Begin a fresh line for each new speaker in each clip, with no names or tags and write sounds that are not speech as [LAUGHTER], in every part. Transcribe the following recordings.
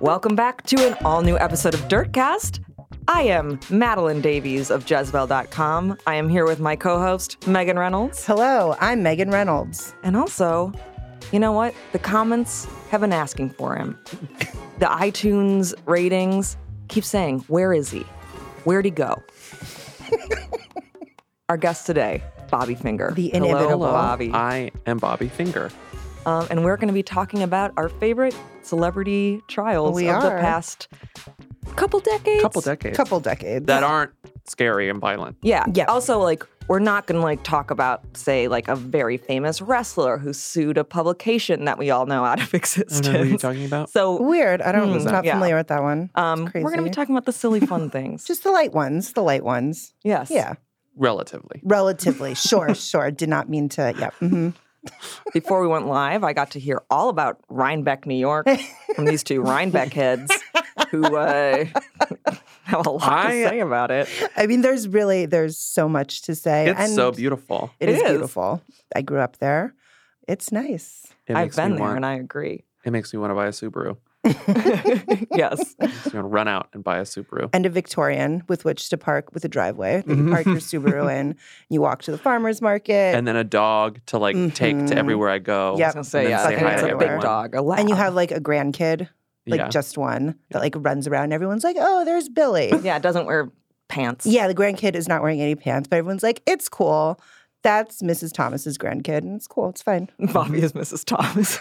Welcome back to an all new episode of Dirtcast. I am Madeline Davies of Jezebel.com. I am here with my co host, Megan Reynolds.
Hello, I'm Megan Reynolds.
And also, you know what? The comments have been asking for
[LAUGHS]
him. The iTunes ratings keep saying, Where is he? Where'd he
[LAUGHS]
go? Our guest today, Bobby Finger.
The
Hello,
inevitable.
Bobby.
I am Bobby Finger.
Um, and we're going to be talking about our favorite celebrity trials
We
of the
are.
past couple decades.
Couple decades
Couple decades.
that aren't scary and violent.
Yeah.
Yeah.
Also, like, we're not going to like talk about, say, like a very famous wrestler who sued a publication that we all know out of [LAUGHS]
I don't know what you're
existence.
talking about.
So,
Weird. I don't.
Hmm,
not
yeah.
familiar with that one.
um,
It's
we're going to be
crazy.
talking about the silly
[LAUGHS]
fun things.
Just the light ones. The light ones.
yes.
Yeah.
[LAUGHS]
[LAUGHS]
Relatively. [LAUGHS]
Relatively. Sure. sure. Did not mean to. Yeah. hmm
Before we went live, I got to hear all about Rhinebeck, New York, from these two Rhinebeck heads who uh, [LAUGHS] have a lot
I-
to say about it.
I mean, there's really there's so much to say.
It's
and
so beautiful.
It
It
is,
is.
beautiful. I grew up there. It's nice.
It
I've
makes me
been there,
want-
and I
[LAUGHS]
agree. [LAUGHS]
it makes me want to buy a Subaru.
yes.
I'm going to run out and buy a Subaru.
And a Victorian with which to park with a driveway that you park your
[LAUGHS]
Subaru in. You walk to the farmer's market.
Mm-hmm. And then a dog to like take to
Mhm.
everywhere I go.
I was
Yep.
going to say,
And then
yeah,
say
hi
it's
to
a big
everyone.
dog. A
and you
lab.
have like a grandkid, like
yeah.
just one that like runs around. and Everyone's like, "Oh, there's
[LAUGHS]
Billy."
[LAUGHS] Yeah, it doesn't wear pants.
yeah, the grandkid is not wearing any pants, but everyone's like, "It's cool." That's Mrs. Thomas's grandkid, and it's cool. It's fine.
[LAUGHS] Bobby is Mrs.
[LAUGHS]
Thomas.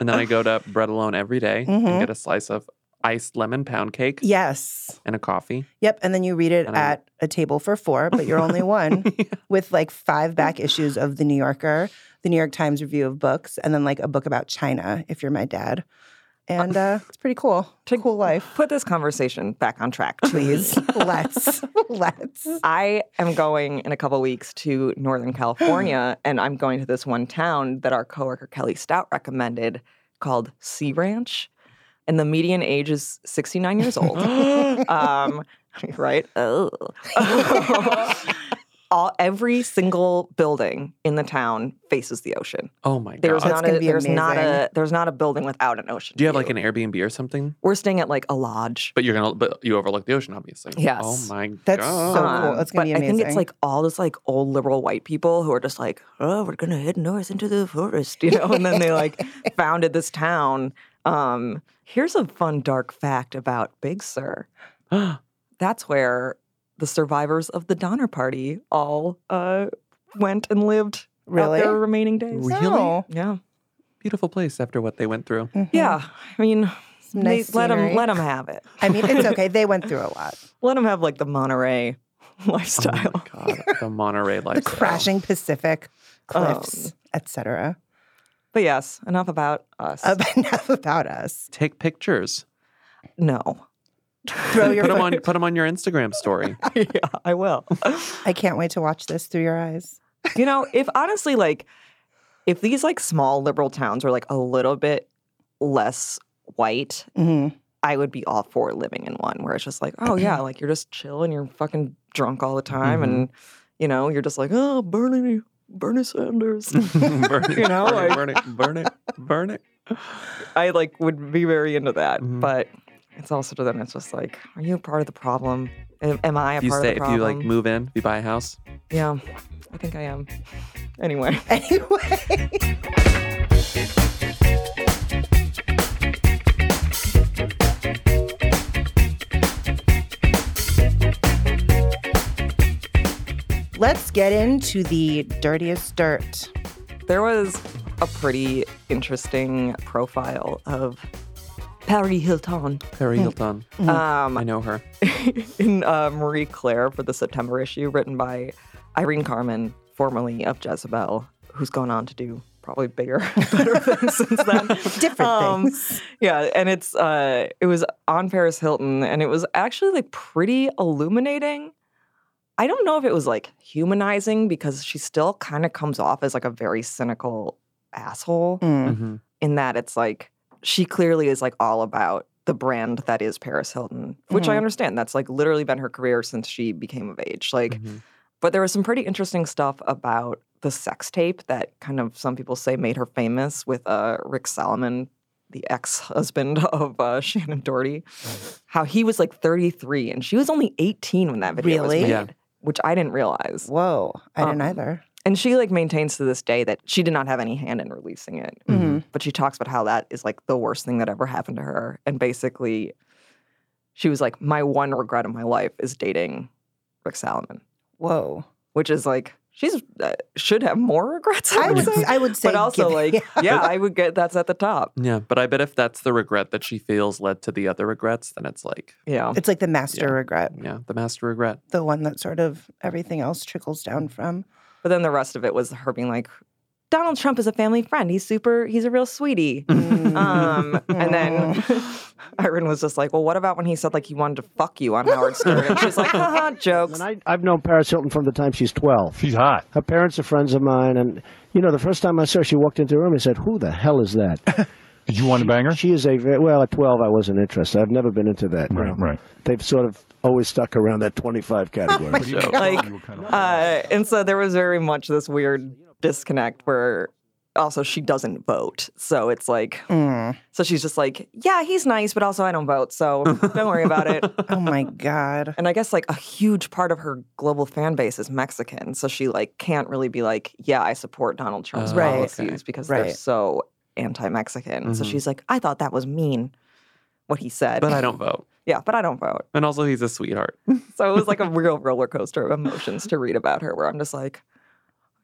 and then I go to Bread Alone every day
Mhm.
and get a slice of iced lemon pound cake
Yes.
and a coffee.
Yep. And then you read it
And I'm-
at a table for four, but you're only one
[LAUGHS]
with like five back issues of The New Yorker, The New York Times Review of Books, and then like a book about China if you're my dad. And uh, it's pretty cool.
[LAUGHS]
cool life.
Put this conversation back on
[LAUGHS]
track, please.
Please. let's. Let's.
I am going in a couple weeks to Northern California,
[GASPS]
and I'm going to this one town that our coworker Kelly Stout recommended called Sea Ranch. And the median age is 69 years
[GASPS]
old. um, [LAUGHS]
[LAUGHS]
right? Oh. All, every single building in the town faces the ocean.
Oh my
There's
God.
That's
not a,
gonna be
there's not a
amazing.
there's not a building without an ocean.
Do you have like
view.
an Airbnb or something?
We're staying at like a lodge.
But you're going to, but you overlook the ocean, obviously.
Yes.
Oh my
That's
God.
so cool. That's gonna
Um, but
be
I think it's
amazing.
like all this like old liberal white people who are just like, oh, we're gonna head north into the forest, [LAUGHS] you know, and then they
[LAUGHS]
like founded this town. Um, here's a fun dark fact about Big Sur. That's where the survivors of the Donner Party all uh, went and lived out
Really?
their remaining days.
Really?
No.
Yeah,
[GASPS] Beautiful place after what they went through.
Mhm.
yeah. I mean,
Some nice
they, let them
scenery.
let them have it.
I mean,
[LAUGHS]
it's okay. They went through a lot.
Let them have like the
[LAUGHS]
Monterey lifestyle.
Oh my God.
[LAUGHS]
The Monterey lifestyle.
the crashing Pacific
Um,
cliffs, etc.
But yes, enough about us.
[LAUGHS] Enough about us.
Take pictures.
no.
Throw your
put them
phone.
on put 'em on your Instagram story.
[LAUGHS]
[LAUGHS]
yeah, I will.
I can't wait to watch this through your eyes.
you know, if honestly, like, if these like small liberal towns were like a little bit less white,
hmm
I would be all for living in one where it's just like, oh yeah, like you're just chill and you're fucking drunk all the time,
Mhm.
and you know, you're just like, oh Bernie, Bernie
[LAUGHS]
Sanders.
burn it,
You know, like-
burn it, burn it, burn it.
I like would be very into that,
Mhm.
but it's also to them, it's just like, are you a part of the problem? Am, am I a
If you
part
stay,
of the
if you
problem?
like move in, if you buy a house.
yeah, I think I am. Anyway.
[LAUGHS] Anyway, let's get into the dirtiest dirt.
There was a pretty interesting profile of Paris Hilton
Perry Hilton. Mm. I
um,
know her.
[LAUGHS] in uh, Marie Claire for the September issue, written by Irene Carmen, formerly of Jezebel, who's gone on to do probably bigger, [LAUGHS] better things since then. [LAUGHS]
Different
Um,
things.
Yeah, and it's uh, it was on Paris Hilton, and it was actually like pretty illuminating. I don't know if it was like humanizing because she still kind of comes off as like a very cynical asshole
Mm.
hmm
in that it's like she clearly is like all about the brand that is Paris Hilton, which I
Mhm.
understand. That's like literally been her career since she became of age. Like,
Mm-hmm.
but there was some pretty interesting stuff about the sex tape that kind of some people say made her famous with uh, Rick Solomon the ex husband [LAUGHS] of uh, Shannon Doherty, how he was like 33 and she was only 18 when that video
Really?
was made,
Yeah.
which I didn't realize.
Whoa, I didn't
Um,
either.
And she like maintains to this day that she did not have any hand in releasing it.
Mhm.
But she talks about how that is like the worst thing that ever happened to her. And basically, she was like, My one regret in my life is dating Rick Salomon,
Whoa.
which is like, she's uh, should have more regrets. I,
I
would [LAUGHS]
would,
say.
I would say,
but also,
give-
like,
yeah.
yeah, I would get that's at the top.
Yeah, but I bet if that's the regret that she feels led to the other regrets, then it's like,
Yeah.
it's like the master
Yeah.
regret,
yeah, the master regret.
the one that sort of everything else trickles down from.
But then the rest of it was her being like, Donald Trump is a family friend. He's super, he's a real sweetie. Um, and [LAUGHS] then Irene was just like, well, what about when he said like he wanted to fuck you on Howard Stern? And she's [LAUGHS] like, haha, jokes.
And I, I've known Paris Hilton from the time she's 12.
She's hot.
Her parents are friends of mine, and you know, the first time I saw her, she walked into a room and said, "Who the hell is that?"
Did you want to bang
[LAUGHS]
her?
she is a very, well. At 12, I wasn't interested. I've never been into that. you
Right,
know.
right.
They've sort of always stuck around that 25 category.
So,
Like,
You were kind of-
uh, and so there was very much this weird disconnect where also she doesn't vote. So it's like,
Mm.
so she's just like, yeah, he's nice, but also I don't vote. So don't worry about
[LAUGHS]
it.
Oh my God.
And I guess like a huge part of her global fan base is Mexican, so she like can't really be like, yeah, I support Donald Trump's
Oh,
Right.
policies
okay.
because they're
Right.
so anti-Mexican. So
Mhm.
she's like, I thought that was mean what he said.
but I don't vote.
[LAUGHS] yeah, but I don't vote.
And also, he's a sweetheart.
So it was like a real roller coaster of emotions to read about her where I'm just like,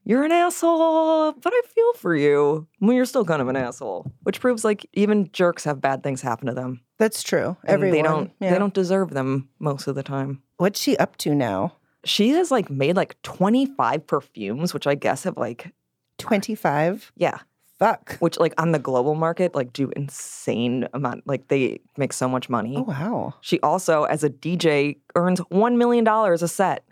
you're an asshole, but I feel for you. Well, you're still kind of an asshole, which proves like even jerks have bad things happen to them.
That's true.
and
Everyone.
they don't
yeah.
they don't deserve them most of the time.
What's she up to now?
she has like made like 25 perfumes which i guess have like
25?
yeah
Fuck.
which like on the global market like do insane amount like they make so much money
Oh, wow.
she also as a dj earns $1 million a set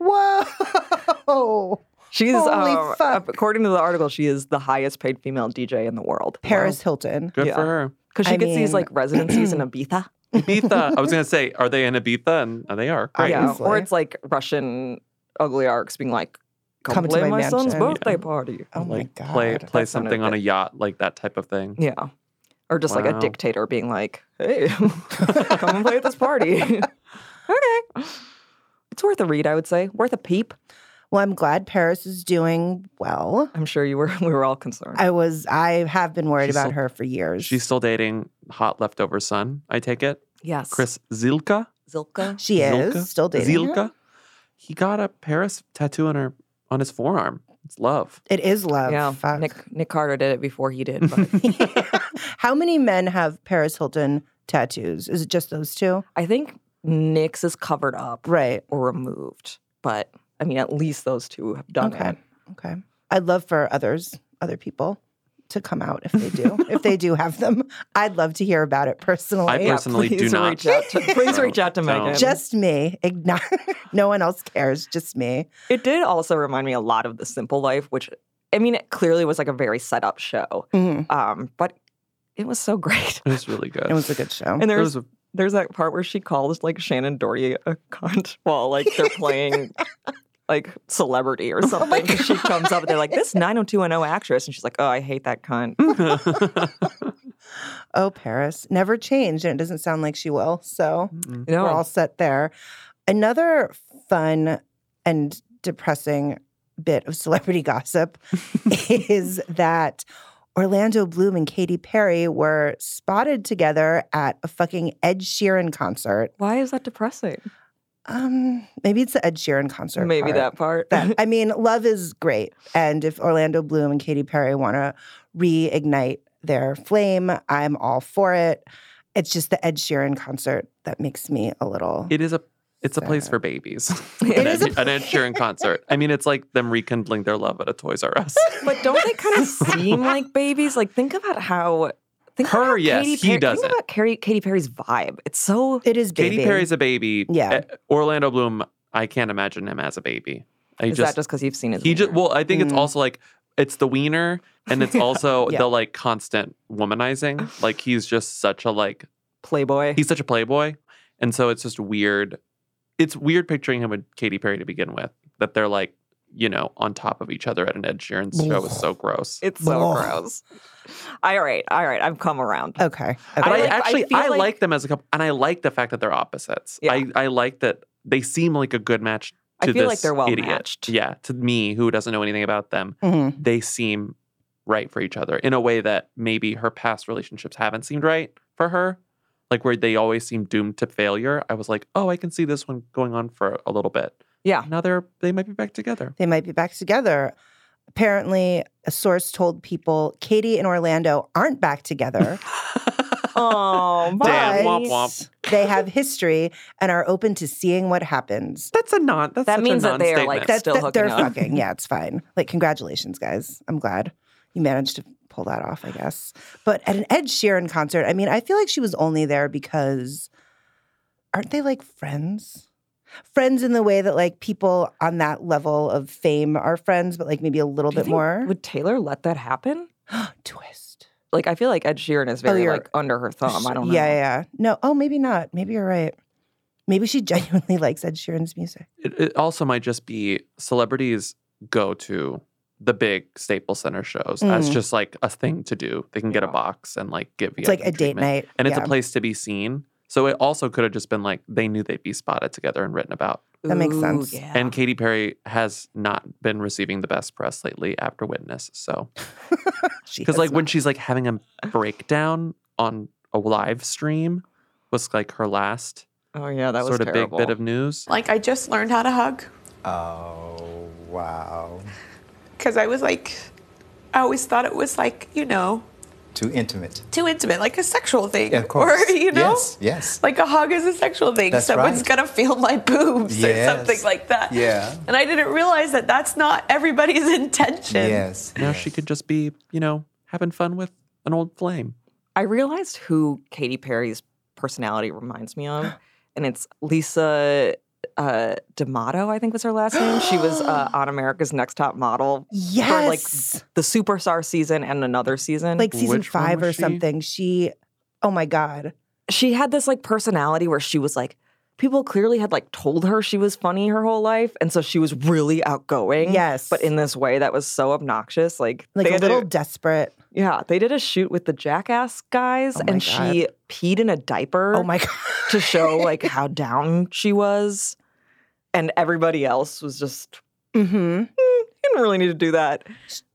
Whoa.
she's
Holy
um,
fuck.
according to the article she is the highest paid female dj in the world
[LAUGHS] Paris Hilton.
Good
Yeah.
for her.
because she
I
gets these
mean-
like
[CLEARS THROAT]
residencies in ibiza
Ibiza. I was going to say, are they in Ibiza? And uh, they are. Great.
yeah or
Obviously.
it's like russian ugly arcs being like come,
Come to
play
my
my, son's
mansion.
birthday party
Oh my
like,
God.
Play, play
That's not a
something on a
thing.
yacht, like that type of thing.
Yeah. Or just like a
Wow.
dictator being like,
[LAUGHS]
hey, [LAUGHS] come and play at this party. [LAUGHS] okay. It's worth a read, I would say. Worth a peep.
Well, I'm glad Paris is doing well.
I'm sure you were [LAUGHS] we were all concerned.
I was, I have been worried
She's
about
so-
her for years.
She's still dating hot leftover son, I take it.
yes.
Chris Zilka.
Zilka.
she is
Zilka?
still dating. her.
Zilka. He got a Paris tattoo on her on his forearm. It's love.
It is love.
yeah.
Fuck.
Nick Nick Carter did it before he did,
[LAUGHS]
[LAUGHS]
but
How many men have Paris Hilton tattoos? Is it just those two?
I think Nick's is covered up
Right.
or removed. But I mean at least those two have done
Okay.
it.
Okay. I'd love for others, other people to come out if
[LAUGHS]
they do. if they do have them, I'd love to hear about it personally.
I personally do
please
not.
Reach out to, [LAUGHS] please reach out to
Don't.
Megan.
just me. Igno- [LAUGHS] no one else cares. Just me.
It did also remind me a lot of The Simple Life, which I mean, it clearly was like a very set up show,
Mhm.
um, but it was so [LAUGHS] great.
It was really good.
It was a
[LAUGHS]
good show.
And
It
there's
was a-
there's that part where she calls like Shannon Doherty a cunt [LAUGHS] while like they're
[LAUGHS]
playing like
Oh
celebrity or something. And she comes up and they're like this 90210 actress, and she's like, oh, I hate that cunt.
[LAUGHS]
Oh, Paris never changed, and it doesn't sound like she will. So
Mm.
You know,
we're all set there. Another fun and depressing bit of [LAUGHS] celebrity gossip is
[LAUGHS]
that Orlando Bloom and Katy Perry were spotted together at a fucking Ed Sheeran concert.
why is that depressing?
Um, maybe it's the Ed Sheeran concert.
Maybe
part.
that part. [LAUGHS]
That- I mean, love is great, and if Orlando Bloom and Katy Perry want to reignite their flame, I'm all for it. It's just the Ed Sheeran concert that makes me a little.
It is a it's a place
Sad. [LAUGHS]
for babies.
It
an,
is a
Ed, an Ed Sheeran concert. I mean, it's like them rekindling their love at a Toys R
[LAUGHS]
Us.
But don't they
[LAUGHS]
kind of seem like babies? Like think about how think
Her,
about
yes,
Katy
he
Perry,
doesn't.
Think about Carrie, Katy Perry's vibe. It's so
it is baby.
Katy Perry's a baby.
Yeah.
Eh, Orlando Bloom, I can't imagine him as a baby. I
is that just because you've seen his?
he just
wiener?
well, I think it's
Mm.
also like it's the wiener
[LAUGHS]
and it's also
Yeah.
the like constant womanizing. Like he's just such a like
Playboy.
he's such a playboy. And so it's just weird. It's weird picturing him with Katy Perry to begin with. That they're like you know, on top of each other at an Ed Sheeran show was so gross.
It's so
Ugh.
gross. All right, all right. I've come around.
Okay. okay.
I,
like- I
actually
feel
I
like-
like, them as a couple, and I like the fact that they're opposites.
Yeah.
I I like that they seem like a good match.
I
To
feel like
this
they're well
idiot.
matched.
Yeah, to me who doesn't know anything about them,
Mhm.
they seem right for each other in a way that maybe her past relationships haven't seemed right for her. Like where they always seem doomed to failure. I was like, oh, I can see this one going on for a little bit. [LAUGHS]
Yeah.
Now they're they might be
[LAUGHS]
back together. [LAUGHS]
They might be back together. Apparently, a source told people Katie and Orlando aren't back together,
Oh,
Damn,
but
my.
womp womp.
they
[LAUGHS]
have history and are open to seeing what happens.
That's a non. That's
That
such a
means that they are, like,
non-statement.
That's still hooking
they're
up. [LAUGHS]
fucking. Yeah, it's fine. Like, congratulations, guys. I'm glad you managed to pull that off, I guess. But at an Ed Sheeran concert, I mean, I feel like she was only there because aren't they like friends? Friends in the way that like people on that level of fame are friends, but like maybe a little
Do you
bit
think-
more.
Would Taylor let that happen?
[GASPS] Twist.
Like, I feel like Ed Sheeran is
Oh,
very
you're-
like under her thumb. I don't know.
Yeah, yeah, yeah. No, oh, maybe not. Maybe you're right. Maybe she [LAUGHS] genuinely likes Ed Sheeran's music.
it, it also might just be celebrities go to the big Staples Center shows as
Mm.
just like a thing to do. They can get a
Yeah.
box and like give
It's like a date night.
and it's
Yeah.
a place to be seen. So it also could have just been like they knew they'd be spotted together and written about.
That makes
Ooh,
sense.
Yeah.
And Katy Perry has not been receiving the best press lately after Witness. So
She
because
has
like
not.
when she's like having a breakdown on a live stream was like her last
oh yeah, that was
sort of
terrible.
big bit of news.
Like, I just learned how to hug
Oh, wow.
because I was like, I always thought it was like, you know,
Too
[LAUGHS]
intimate.
too intimate, like a sexual thing.
Yeah, of course.
[LAUGHS] Or, you know?
Yes, yes.
Like a hug is a sexual thing.
That's
Someone's
right.
going to feel my boobs
Yes.
or something like that.
Yeah.
And I didn't realize that that's not everybody's [LAUGHS] intention.
Yes.
Now she could just be, you know, having fun with an old flame.
I realized who Katy Perry's personality reminds me
[GASPS]
of, and it's Lisa uh, D'Amato. I think was her last name. She was
[GASPS]
uh, on America's Next Top Model for like
yes.
the superstar season and another season.
like season
Which one
five
was
or
she?
something. She, oh my god,
she had this like personality where she was like people clearly had like told her she was funny her whole life and so she was really outgoing
Yes.
but in this way that was so obnoxious like,
like
they
a
had to-
little desperate.
yeah they did a shoot with the jackass guys
Oh my
and she peed in a diaper
Oh my [LAUGHS] god,
to show like how down she was and everybody else was just "Hmm,
mm-hmm.
you didn't really need to do that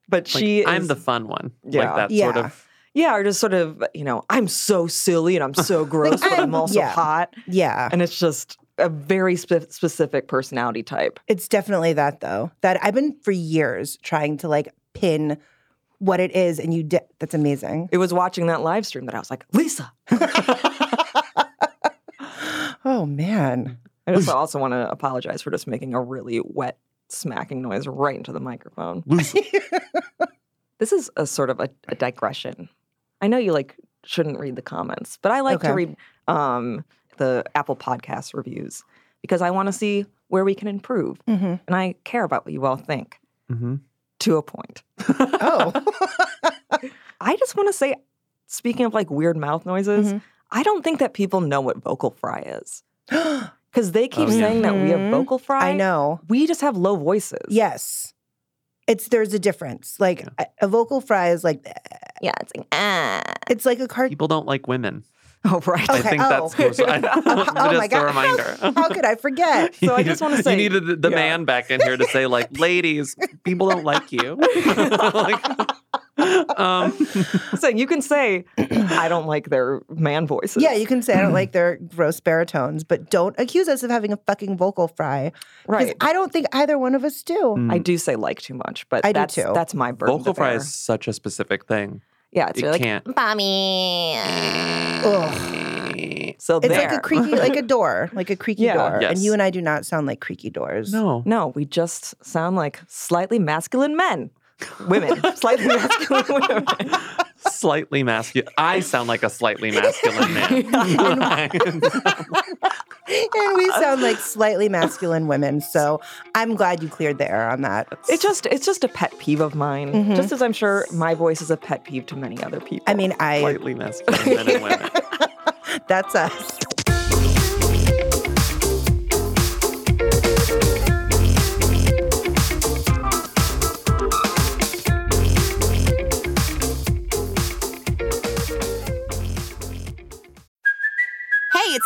but
Like,
she
I'm
is-
the fun one.
Yeah.
Like that sort
Yeah.
of
yeah or just sort of you know i'm so silly and i'm
[LAUGHS]
so gross but i'm
I'm-
also
yeah.
hot
[LAUGHS] yeah,
and it's just a very spe- specific personality type.
it's definitely that though. That I've been for years trying to like pin what it is, and you did. That's amazing. [GASPS]
It was watching that live stream that I was like, Lisa.
Oh man,
I just also want to apologize for just making a really wet smacking noise right into the microphone. [LAUGHS] This is a sort of a, a digression. I know you like shouldn't read the comments, but I like to
Okay.
read um, the Apple Podcast reviews because I want to see where we can improve,
hmm
and I care about what you all think
hmm
to a point.
oh
[LAUGHS] I just want to say, speaking of like weird mouth noises,
Mhm.
I don't think that people know what vocal fry
[GASPS]
is because they keep
Oh, yeah.
saying that we have
Mhm.
vocal fry.
I know.
We just have low voices.
Yes, it's there's a difference. Like
Yeah.
a, a vocal fry is like
Yeah. It's like, ah.
it's like a cart.
people don't like women.
Oh, right. [LAUGHS]
[LAUGHS]
I
Okay,
think [LAUGHS]
oh.
that's who's, I,
[LAUGHS] oh my
just a
god!
reminder.
[LAUGHS] How, how could I forget?
So I just wanna
You-
say-
you needed the, the
yeah.
man back in here to say
[LAUGHS]
like, ladies, people don't like you. Like, um,
so you can say, I don't like their man voices.
Yeah, you can say I don't like their gross baritones, but don't accuse us of having a fucking vocal fry. 'cause
right.
I don't think either one of us do.
Mm.
I do say like too much, but
I do
that's
too.
that's my burden.
vocal
to
fry
bear.
is such a specific thing.
yeah, it's
It
really like
can't.
Ugh.
so
It's
there.
like a creaky, like a door, like a creaky
Yeah.
door.
Yes.
And you and I do not sound like creaky doors.
No.
No, we just sound like slightly masculine men, women, slightly masculine women.
Slightly masculine. I sound like
[LAUGHS]
a slightly masculine man.
[LAUGHS]
[LAUGHS]
and we sound like slightly masculine women. So I'm glad you cleared the air on that.
It's just it's just a pet peeve of mine. Just as I'm sure my voice is a pet peeve to many other people.
I mean, I
Slightly masculine men
[LAUGHS]
and women.
that's us.
it's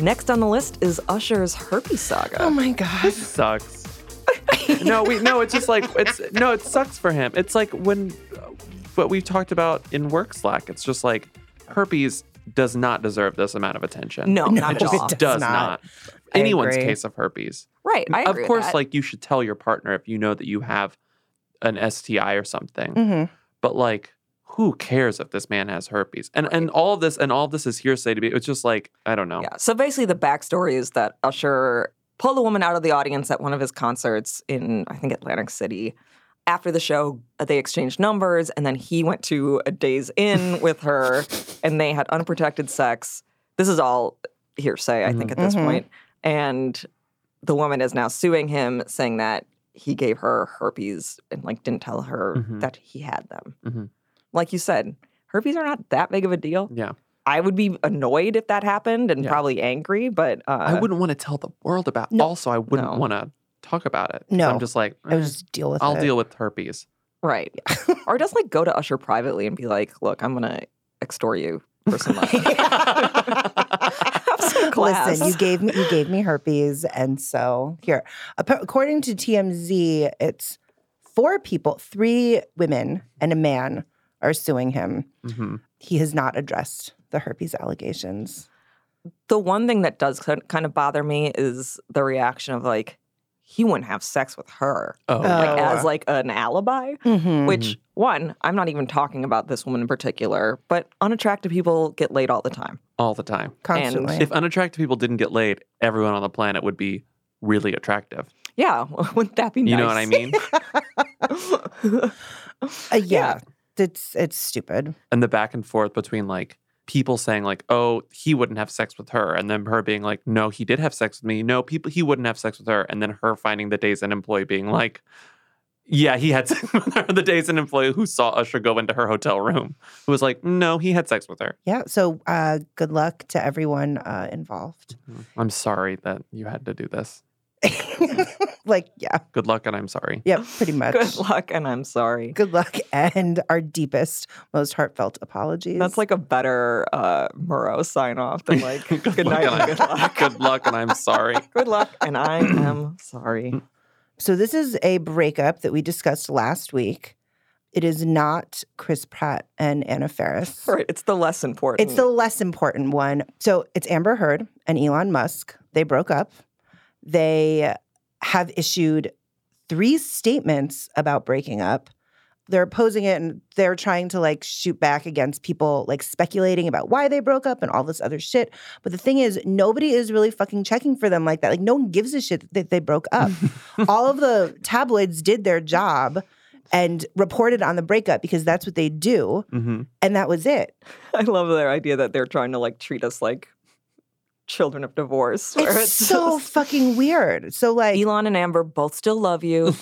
Next on the list is Usher's Herpes Saga.
Oh my God.
This sucks. no, we no. It's just like it's no. It sucks for him. It's like when uh, what we've talked about in work slack. It's just like herpes does not deserve this amount of attention.
no, not at
it
all.
does
does
not.
not.
I
Anyone's
agree.
case of herpes.
Right. I
of
agree with
course,
that.
like you should tell your partner if you know that you have an STI or something.
Mm-hmm.
But like, who cares if this man has herpes? And and all of this and all of this is hearsay to be. It's just like I don't know.
Yeah. So basically, the backstory is that Usher pulled a woman out of the audience at one of his concerts in, I think, Atlantic City. After the show, uh, they exchanged numbers, and then he went to a day's inn with her, and they had unprotected sex. This is all hearsay, I think, at this
Mhm.
point. And the woman is now suing him, saying that he gave her herpes and like didn't tell her
Mhm.
that he had them.
Mhm.
Like you said, herpes are not that big of a deal.
Yeah.
I would be annoyed if that happened and
Yeah.
probably angry, but uh,
I wouldn't want to tell the world about.
No.
Also, I wouldn't
No.
want to talk about it. 'cause
No.
I'm just like "Eh,
I would just deal with
I'll
it.
deal with herpes. [LAUGHS]
right. or just like go to Usher privately and be like, "Look, I'm gonna extort you for some
[LAUGHS]
money." [LAUGHS] Have some class.
Listen, you gave me you gave me herpes, and so here, Ap- according to TMZ, it's four people, three women and a man, are suing him.
hmm
He has not addressed the herpes allegations.
the one thing that does kin- kind of bother me is the reaction of like, he wouldn't have sex with her
Oh, Mm-hmm.
Uh,
right.
as like an alibi. Which one? I'm not even talking about this woman in particular, but unattractive people get laid all the time.
all the time.
constantly?
If unattractive people didn't get laid, everyone on the planet would be really attractive.
Yeah, [LAUGHS] wouldn't that be nice?
You know what I mean?
[LAUGHS] mean?
Uh, yeah, it's it's stupid.
and the back and forth between like people saying like, "Oh, he wouldn't have sex with her," and then her being like, "No, he did have sex with me." No, people he wouldn't have sex with her, and then her finding the days an employee being like, "Yeah, he had [LAUGHS] sex with her." The days an employee who saw Usher go into her hotel room who was like, "No, he had sex with her."
Yeah. So uh, good luck to everyone uh, involved. [LAUGHS]
I'm sorry that you had to do this.
like yeah,
Good luck, and I'm sorry.
yeah, pretty
[LAUGHS]
much.
Good luck, and I'm sorry.
Good luck and our deepest, most heartfelt apologies.
That's like a better uh, Murrow sign off
[LAUGHS]
than like
[LAUGHS]
good, night
and
and
I'm- [LAUGHS]
good luck.
Good luck, and I'm sorry.
Good luck, and I am
Mm.
sorry.
So this is a breakup that we discussed last week. It is not Chris Pratt and Anna Faris.
Right, it's the less important.
It's the less important one. So it's Amber Heard and Elon Musk. They broke up. They have issued three statements about breaking up. They're opposing it and they're trying to like shoot back against people like speculating about why they broke up and all this other shit. But the thing is, nobody is really fucking checking for them like that. Like, no one gives a shit that they broke up. all of the tabloids did their job and reported on the breakup because that's what they do.
Mm-hmm.
hmm
And that was it.
[LAUGHS] I love their idea that they're trying to like treat us like children of divorce. [LAUGHS] where
It's so
just-
fucking weird. So like,
Elon and Amber both still love you.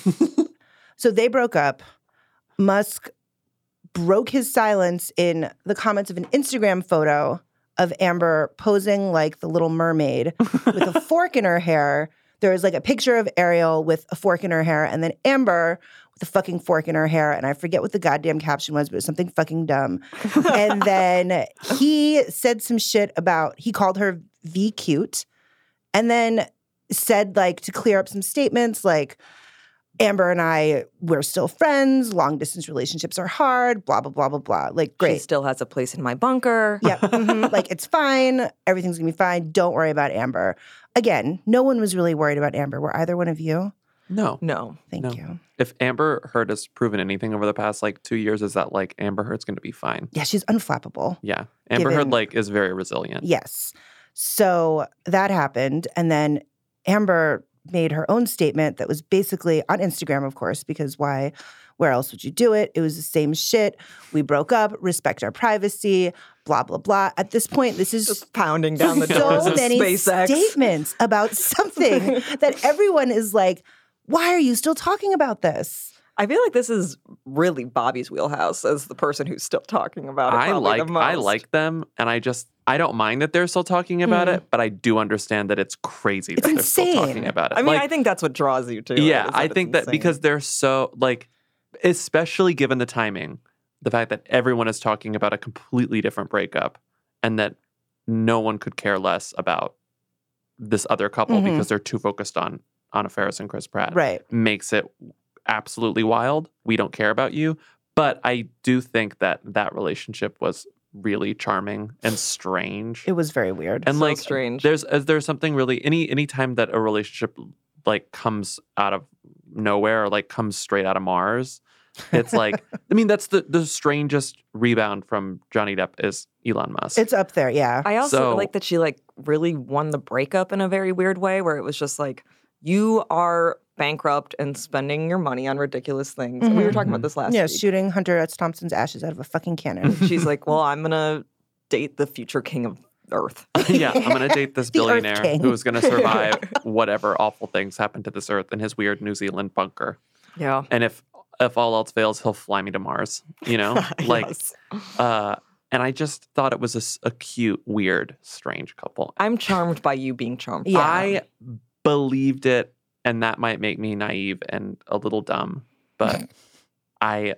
so they broke up. Musk broke his silence in the comments of an Instagram photo of Amber posing like the Little Mermaid with a fork in her hair. There was like a picture of Ariel with a fork in her hair, and then Amber with a fucking fork in her hair. And I forget what the goddamn caption was, but it was something fucking dumb. and then he said some shit about he called her V cute, and then said like to clear up some statements like Amber and I we're still friends. Long distance relationships are hard. Blah blah blah blah blah. Like
She
great.
still has a place in my bunker.
Yeah. mhm. like it's fine. Everything's gonna be fine. Don't worry about Amber. Again, no one was really worried about Amber. Were either one of you?
No.
No.
Thank
No.
you.
If Amber Heard has proven anything over the past like two years, is that like Amber Heard's going to be fine?
Yeah, she's unflappable.
Yeah, Amber
Given-
Heard like is very resilient.
Yes. So that happened. And then Amber made her own statement that was basically on Instagram, of course, because why? Where else would you do it? It was the same shit. We broke up, respect our privacy, blah, blah, blah. At this point, this is
Just pounding
[LAUGHS]
down [LAUGHS] the doors
so
of
many
SpaceX.
statements
[LAUGHS]
about something that everyone is like, why are you still talking about this?
I feel like this is really Bobby's wheelhouse as the person who's still talking about it.
I
probably
like
the most.
I like them, and I just I don't mind that they're still talking about
Mm.
it, but I do understand that it's crazy that
It's
they're still
insane.
talking about it.
I mean,
Like,
I think that's what draws you to it,
yeah,
is
I
it's
think that
insane.
because they're so like, especially given the timing, the fact that everyone is talking about a completely different breakup, and that no one could care less about this other couple
Mhm.
Mm-hmm.
because they're too focused on Anna Ferris and Chris Pratt
Right.
makes it absolutely wild. We don't care about you. But I do think that that relationship was really charming
[SIGHS]
and strange.
It was very weird.
and
so
like
strange.
there's uh, there's something really any any time that a relationship like comes out of nowhere or like comes straight out of Mars, it's like
[LAUGHS]
I mean that's the the strangest rebound from Johnny Depp is Elon Musk.
It's up there, yeah.
I also
So-
like that she like really won the breakup in a very weird way where it was just like you are bankrupt and spending your money on ridiculous things. We were
Mm-hmm.
talking about this last
yeah,
week.
shooting Hunter S. Thompson's ashes out of a fucking cannon.
She's like, "Well, I'm going to date the future king of Earth."
[LAUGHS] yeah, I'm
[LAUGHS]
gonna date this
The Earth
billionaire
King.
who's gonna survive whatever awful things happen to this earth in his weird New Zealand bunker.
Yeah.
And if if all else fails, he'll fly me to Mars. You know, Oh, like,
[LAUGHS] Yes.
uh, and I just thought it was a s- a, cute, weird, strange couple.
I'm charmed by you being charmed.
Yeah.
I believed it, and that might make me naive and a little dumb,
[LAUGHS]
but I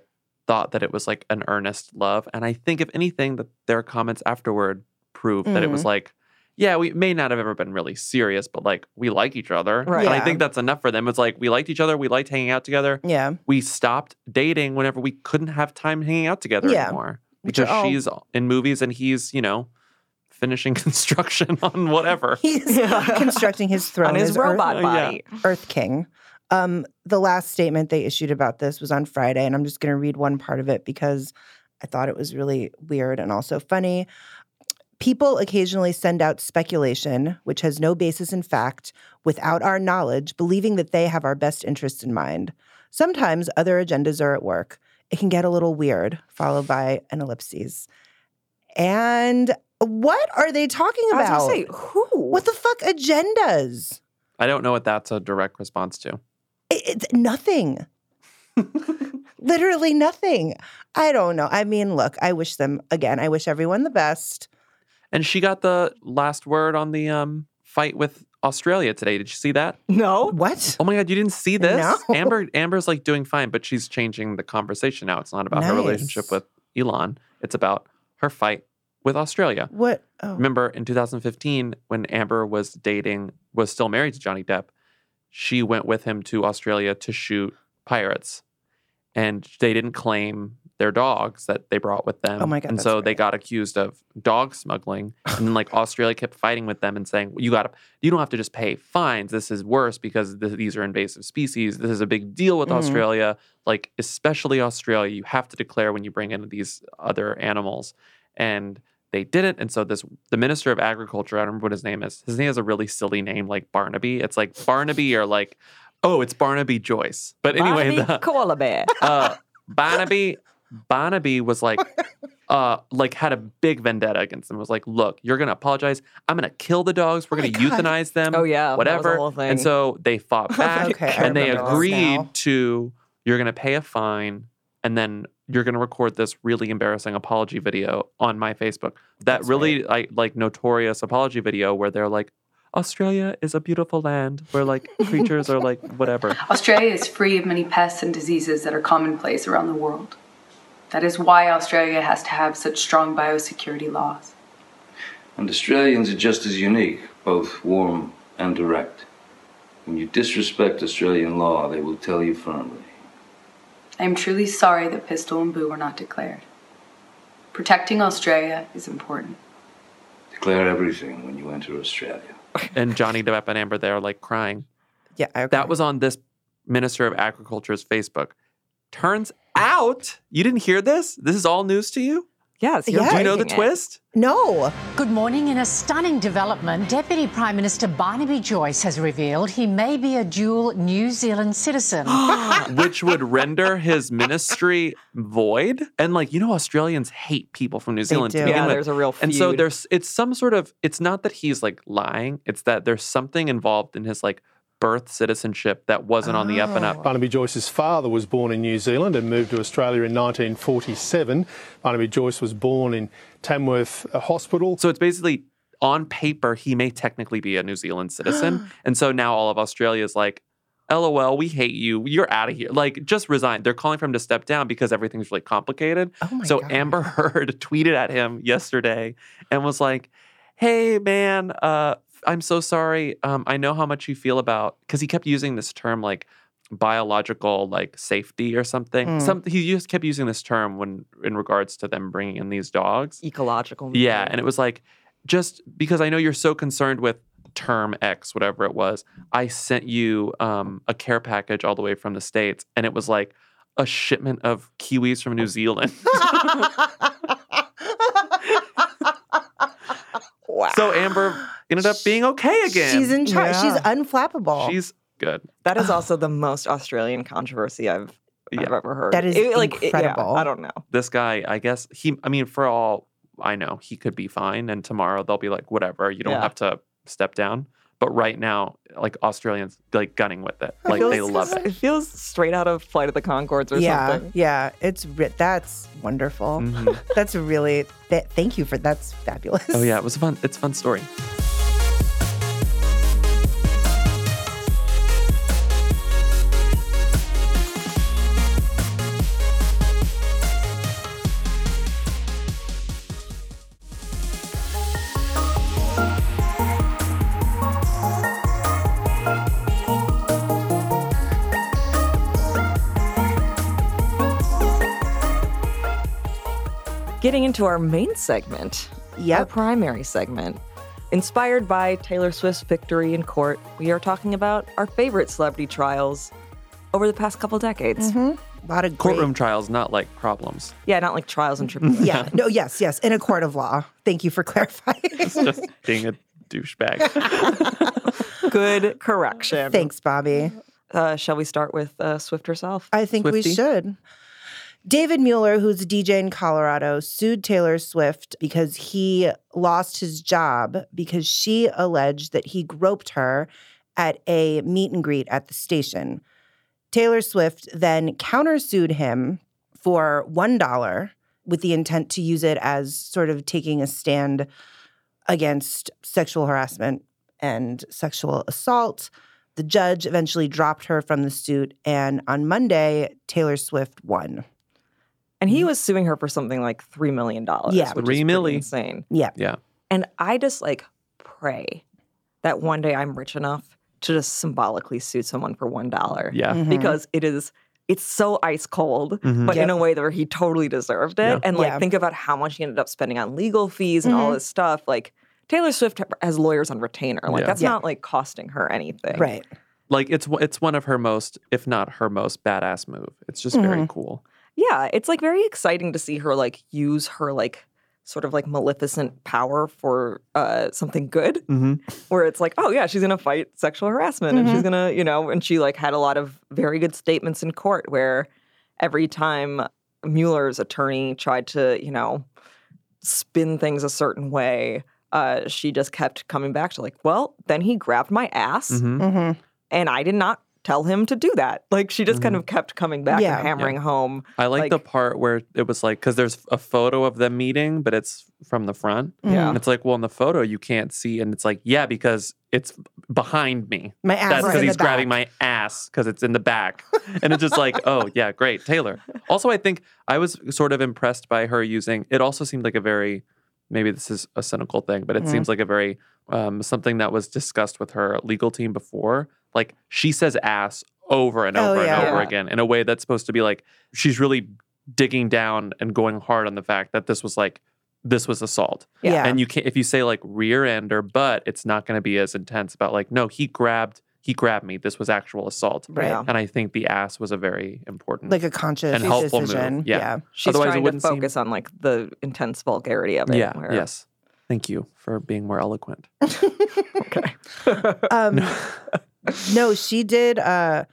thought that it was like an earnest love. And I think, if anything, that their comments afterward prove that it was like, yeah, we may not have ever been really serious, but like we like each other.
[LAUGHS] Right.
And I
Yeah.
think that's enough for them. It's like we liked each other, we liked hanging out together.
yeah.
We stopped dating whenever we couldn't have time hanging out together
Yeah. Oh.
anymore.
Which are
Because
all-
she's in movies and he's, you know, finishing [LAUGHS] construction on whatever.
[LAUGHS]
He's constructing his throne
on his
as
robot
Oh, yeah.
body.
Earth, Earth King. Um, the last statement they issued about this was on Friday, and I'm just going to read one part of it because I thought it was really weird and also funny. People occasionally send out speculation, which has no basis in fact, without our knowledge, believing that they have our best interests in mind. Sometimes other agendas are at work. It can get a little weird, followed by an ellipses. And what are they talking
I was
about?
going to say, who?
what the fuck agendas?
I don't know what that's a direct response to.
It- it's nothing. Literally nothing. I don't know. I mean, look, I wish them again. I wish everyone the best.
And she got the last word on the um, fight with Australia today. Did you see that?
no.
What?
Oh my God, you didn't see this?
No. [LAUGHS]
Amber Amber's like doing fine, but she's changing the conversation now. It's not about her
Nice.
relationship with Elon. It's about her fight with Australia.
What? Oh,
Remember in 2015 when Amber was dating, was still married to Johnny Depp, she went with him to Australia to shoot pirates. And they didn't claim their dogs that they brought with them.
Oh my God,
And
that's
so they
right.
got accused of dog
[LAUGHS]
smuggling. and then like Australia kept fighting with them and saying, "You got to you don't have to just pay fines. This is worse because th- these are invasive species. This is a big deal with
Mhm.
Australia. Like especially Australia, you have to declare when you bring in these other animals." And they didn't. And so this the minister of agriculture, I don't remember what his name is. His name has a really silly name like Barnaby. It's like Barnaby or like oh, it's Barnaby Joyce. But anyway,
Barnaby
the,
koala
[LAUGHS]
bear.
uh, Barnaby Barnaby
[LAUGHS]
was like uh like had a big vendetta against them. Was like, look, you're gonna apologize. I'm gonna kill the dogs. We're
Oh my
gonna
God.
euthanize them.
Oh, yeah, that was the
whatever.
whole thing.
And so they fought
[LAUGHS]
back,
Okay, I
and they
remember this now.
agreed to you're gonna pay a fine, and then you're gonna record this really embarrassing apology video on my Facebook. That
That's
really like like notorious apology video where they're like. Australia is a beautiful land where
[LAUGHS]
like creatures are like whatever.
Australia is free of many pests and diseases that are commonplace around the world. That is why Australia has to have such strong biosecurity laws.
[LAUGHS] And Australians are just as unique, both warm and direct. When you disrespect Australian law, they will tell you firmly.
I am truly sorry that Pistol and Boo were not declared. Protecting Australia is important.
Declare everything when you enter Australia.
And Johnny Depp and Amber there like crying.
yeah. I-
That was on this Minister of Agriculture's Facebook. Turns out, you didn't hear this? This is all news to you?
Yes. you're
Yeah.
Do you know the
making it.
twist?
No.
Good morning. In a stunning development, Deputy Prime Minister Barnaby Joyce has revealed he may be a dual New Zealand citizen.
Which would render his ministry void. And like, you know, Australians hate people from New Zealand.
do.
To begin
Yeah,
with.
there's a real
And so
feud.
there's it's some sort of it's not that he's like lying, it's that there's something involved in his like birth citizenship that wasn't on the up and up.
Barnaby Joyce's father was born in New Zealand and moved to Australia in 1947. Barnaby Joyce was born in Tamworth uh, Hospital.
So it's basically on paper, he may technically be a New Zealand citizen. and so now all of Australia is like, LOL, we hate you. You're out of here. Like, just resign. They're calling for him to step down because everything's really complicated. so Amber [LAUGHS] Heard tweeted at him yesterday and was like, hey, man, uh, I'm so sorry. Um, I know how much you feel about, because he kept using this term like, biological like safety or something
Mm.
Some, he just kept using this term when in regards to them bringing in these dogs
Ecological.
yeah, and it was like just because I know you're so concerned with term X, whatever it was, I sent you um, a care package all the way from the states, and it was like a shipment of kiwis from New Zealand.
Wow.
So Amber ended up being okay again.
She's in charge.
Yeah.
She's unflappable.
She's good.
That
[SIGHS]
is also the most Australian controversy I've, I've ever heard.
That is
yeah,
incredible.
I don't know.
This guy, I guess he. I mean, for all I know, he could be fine, and tomorrow they'll be like, whatever. You don't
Yeah.
have to step down. But right now, like Australians, like gunning with it, like they love
[LAUGHS]
it.
It feels straight out of Flight of the Concords or
yeah,
something.
yeah. It's ri- that's wonderful.
Mm.
[LAUGHS] That's really. Th- thank you for that's fabulous.
Mm-hmm. Oh yeah, it was a fun. It's a fun story.
Getting into our main segment, our primary segment. Inspired by Taylor Swift's victory in court, we are talking about our favorite celebrity trials over the past couple decades.
A lot of great-
Courtroom trials, not like problems.
Yeah, not like trials and tribulations.
Yeah. No. Yes. Yes. In a court of law. Thank you for [LAUGHS] clarifying.
It's just being a douchebag.
Good correction.
Thanks, Bobby.
[LAUGHS] Uh, shall we start with uh, Swift herself?
I think we
Swiftie?
should. David Mueller, who's a DJ in Colorado, sued Taylor Swift because he lost his job because she alleged that he groped her at a meet and greet at the station. Taylor Swift then countersued him for $1 with the intent to use it as sort of taking a stand against sexual harassment and sexual assault. The judge eventually dropped her from the suit, and on Monday, Taylor Swift won.
And he was suing her for something like $3 million.
Yeah.
Which
Three
is pretty
milli.
insane.
Yeah.
Yeah.
And I just like pray that one day I'm rich enough to just symbolically sue someone for one dollar.
Yeah. Mhm.
Because it is it's so ice cold,
Mhm.
but in a
Yep.
way that he totally deserved it.
Yeah.
And like
Yeah.
think about how much he ended up spending on legal fees and all
Mhm.
this stuff. Like Taylor Swift has lawyers on retainer. Like
Yeah.
that's
Yeah.
not like costing her anything.
Right.
like it's it's one of her most, if not her most, badass move. It's just very cool.
Yeah, it's like very exciting to see her like use her like sort of like maleficent power for uh, something good.
Mm-hmm.
where it's like, oh yeah, she's gonna fight sexual harassment and she's gonna, you know, and she like had a lot of very good statements in court where every time Mueller's attorney tried to, you know, spin things a certain way, uh, she just kept coming back to like, well, then he grabbed my ass
Mhm.
Mm-hmm.
and I did not tell him to do that. Like she just kind of kept coming back
Yeah.
and hammering
Mm-hmm. Yeah.
home.
I like, the part where it was like because there's a photo of them meeting, but it's from the front.
Yeah.
Mm-hmm.
and it's like well, in the photo you can't see, and it's like yeah, because it's behind me.
My ass
That's
is in
because
the
he's grabbing my ass because it's in the back, and it's just like
[LAUGHS]
oh yeah, great Taylor. Also, I think I was sort of impressed by her using. It also seemed like a very maybe this is a cynical thing, but it
Mhm.
seems like a very um, something that was discussed with her legal team before. Like she says ass over and
Oh,
over
yeah.
and over
Yeah.
again in a way that's supposed to be like she's really digging down and going hard on the fact that this was like this was assault.
Yeah.
And you can't if you say like rear end or butt, it's not going to be as intense about like no, he grabbed he grabbed me. This was actual assault.
Right. Yeah.
And I think the ass was a very important,
Like a conscious
and helpful
decision.
move. Yeah. [LAUGHS]
Yeah.
She's
Otherwise, it
trying to
wouldn't seem.
focus on like the intense vulgarity of it.
Yeah.
where-
Yes. Thank you for being more eloquent.
Um, no, she did. Uh,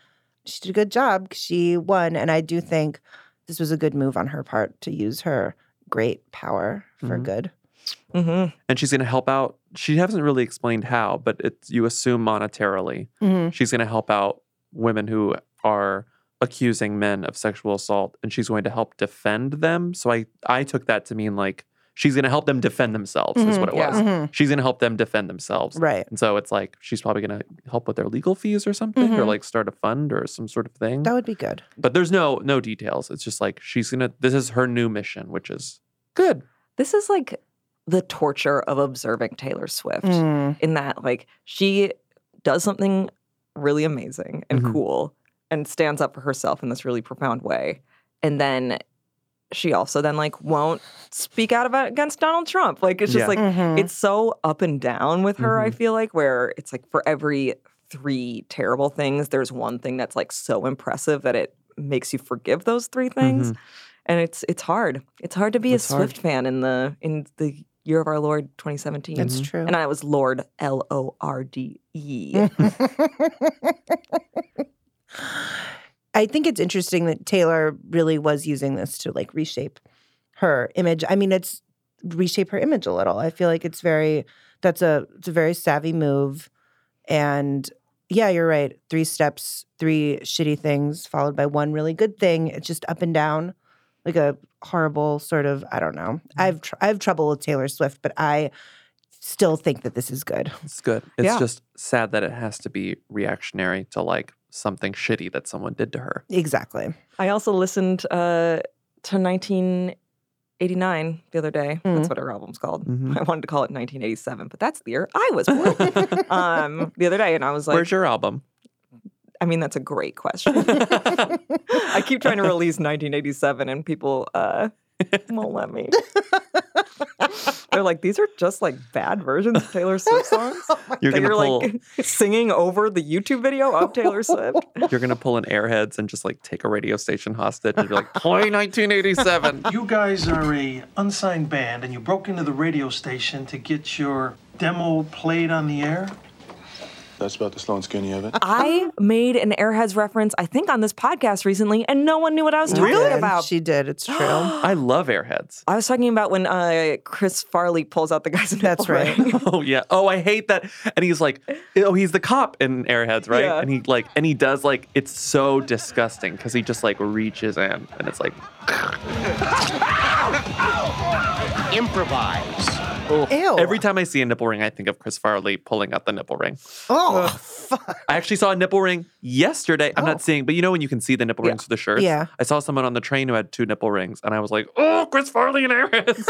she did a good job. She won, and I do think this was a good move on her part to use her great power for
Mhm.
good.
Mm-hmm.
and she's going to help out. She hasn't really explained how, but it's you assume monetarily.
Mhm.
She's going to help out women who are accusing men of sexual assault, and she's going to help defend them. So I I took that to mean like she's going to help them defend themselves. Is
Mhm,
what it
yeah.
was.
Mhm.
She's going to help them defend themselves.
Right.
And so it's like she's probably going to help with their legal fees or something, or
Mhm.
like start a fund or some sort of thing.
That would be good.
but there's no no details. It's just like she's gonna. This is her new mission, which is good.
This is like the torture of observing Taylor Swift
Mm.
in that like she does something really amazing and
Mhm.
cool and stands up for herself in this really profound way and then she also then like won't speak out about against Donald Trump like it's just
Yeah.
like
Mhm.
it's so up and down with her I
Mhm.
feel like where it's like for every three terrible things there's one thing that's like so impressive that it makes you forgive those three things
Mhm.
and it's it's hard. It's hard to be
It's
a
hard.
Swift fan in the in the year of our Lord 2017.
Mm-hmm.
That's Mhm. true. Mm.
And I was Lord L O R D [LAUGHS] E.
I think it's interesting that Taylor really was using this to like reshape her image. I mean, it's reshape her image a little. I feel like it's very that's a it's a very savvy move. And yeah, you're right. Three steps, three shitty things followed by one really good thing. It's just up and down. Like a horrible sort of, I don't know. I've tr- I have trouble with Taylor Swift, but I still think that this is good.
It's good. It's
Yeah.
just sad that it has to be reactionary to like something shitty that someone did to her.
Exactly. [LAUGHS]
I also listened uh, to 1989 the other day. That's
Mhm.
what her album's called.
Mhm.
[LAUGHS] I wanted to call it 1987, but that's the year I was
[LAUGHS]
born. um, the other day, and I was like,
Where's your album?
I mean, that's a great question. [LAUGHS] I keep trying to release 1987, and people uh, won't let
[LAUGHS]
me. They're like, these are just like bad versions of Taylor
[LAUGHS]
Swift
Oh
songs.
You're
that
gonna
you're
pull
like [LAUGHS] singing over the YouTube video of Taylor
[LAUGHS]
Swift.
you're gonna pull an airheads and just like take a radio station hostage and be like, play 1987.
You guys are a unsigned band, and you broke into the radio station to get your demo played on the air.
That's about the slow and skinny of it.
Uh,
I made an Airheads reference, I think, on this podcast recently, and no one knew what I was talking
Really?
about.
She did. It's [GASPS] true.
I love airheads.
I was talking about when uh, Chris Farley pulls out the guy's nipple
That's right.
ring.
[LAUGHS] Oh yeah. Oh, I hate that. And he's like, oh, he's the cop in Airheads, right?
Yeah.
And he like, and he does like, it's so disgusting because he just like reaches in and it's like,
Improvise.
Ew.
Every time I see a nipple ring, I think of Chris Farley pulling out the nipple ring.
Oh,
I actually saw a nipple ring yesterday. I'm not seeing, but you know when you can see the nipple rings through the shirts?
Yeah.
I saw someone on the train who had two nipple rings, and I was like, oh, Chris Farley and Airheads.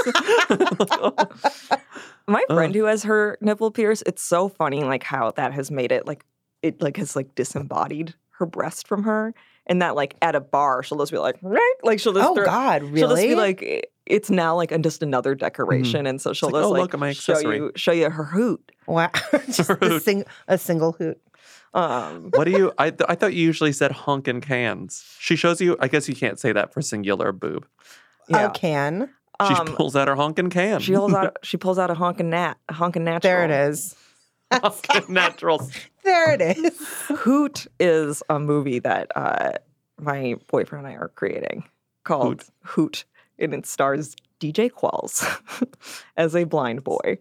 My
Oh.
friend who has her nipple pierced, it's so funny, like how that has made it like it like has like disembodied her breast from her, and that like at a bar she'll just be like, right, like she'll just
Oh,
throw-
God,
she'll just
really?
be like, i- it's now like an- just another decoration, and so she'll
Mm-hmm. like,
just
"Oh,
like
look at my
show
accessory."
you show you her hoot.
Wow. [LAUGHS] Just a, sing- a single hoot. oh,
Um,
[LAUGHS] what do you, I, th- I thought you usually said honk and cans. She shows you, I guess you can't say that for singular boob.
yeah.
I can.
She
Um,
pulls out her honking can.
She
[LAUGHS]
pulls out she pulls out a honking nat a honking natural.
There it is.
Honking naturals.
There it is.
Hoot is a movie that uh, my boyfriend and I are creating called Hoot, and it stars DJ Qualls [LAUGHS] as a blind [LAUGHS] boy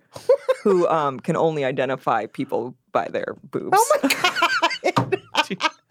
who um, can only identify people by their boobs. Oh my
Holy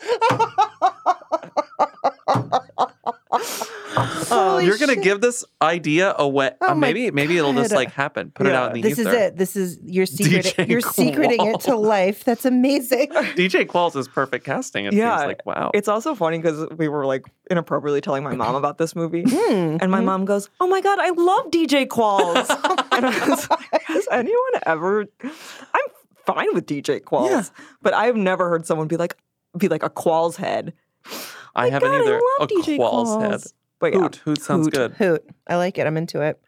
Oh, You're gonna
shit.
give this idea away.
Oh
uh,
my
maybe maybe it'll just
God.
like happen. Put it out in the
This
ether.
is it. This is
[LAUGHS]
you're secreting
DJ
you're secreting it to
Qualls.
life. That's
[LAUGHS]
amazing.
DJ Qualls is perfect casting. It seems like wow.
It's also funny because we were like inappropriately telling my mom about this movie.
Mm,
And my
mm.
mom goes, Oh my God, I love DJ
[LAUGHS]
Qualls.
Oh
and I was like, Has anyone ever? I'm fine with DJ Qualls, but I've never heard someone be like, be like a Qualls head.
I haven't
God, I
either.
love
a
DJ
Qualls head.
Qualls. But yeah.
Hoot, hoot sounds good.
Hoot. I like it. I'm into it.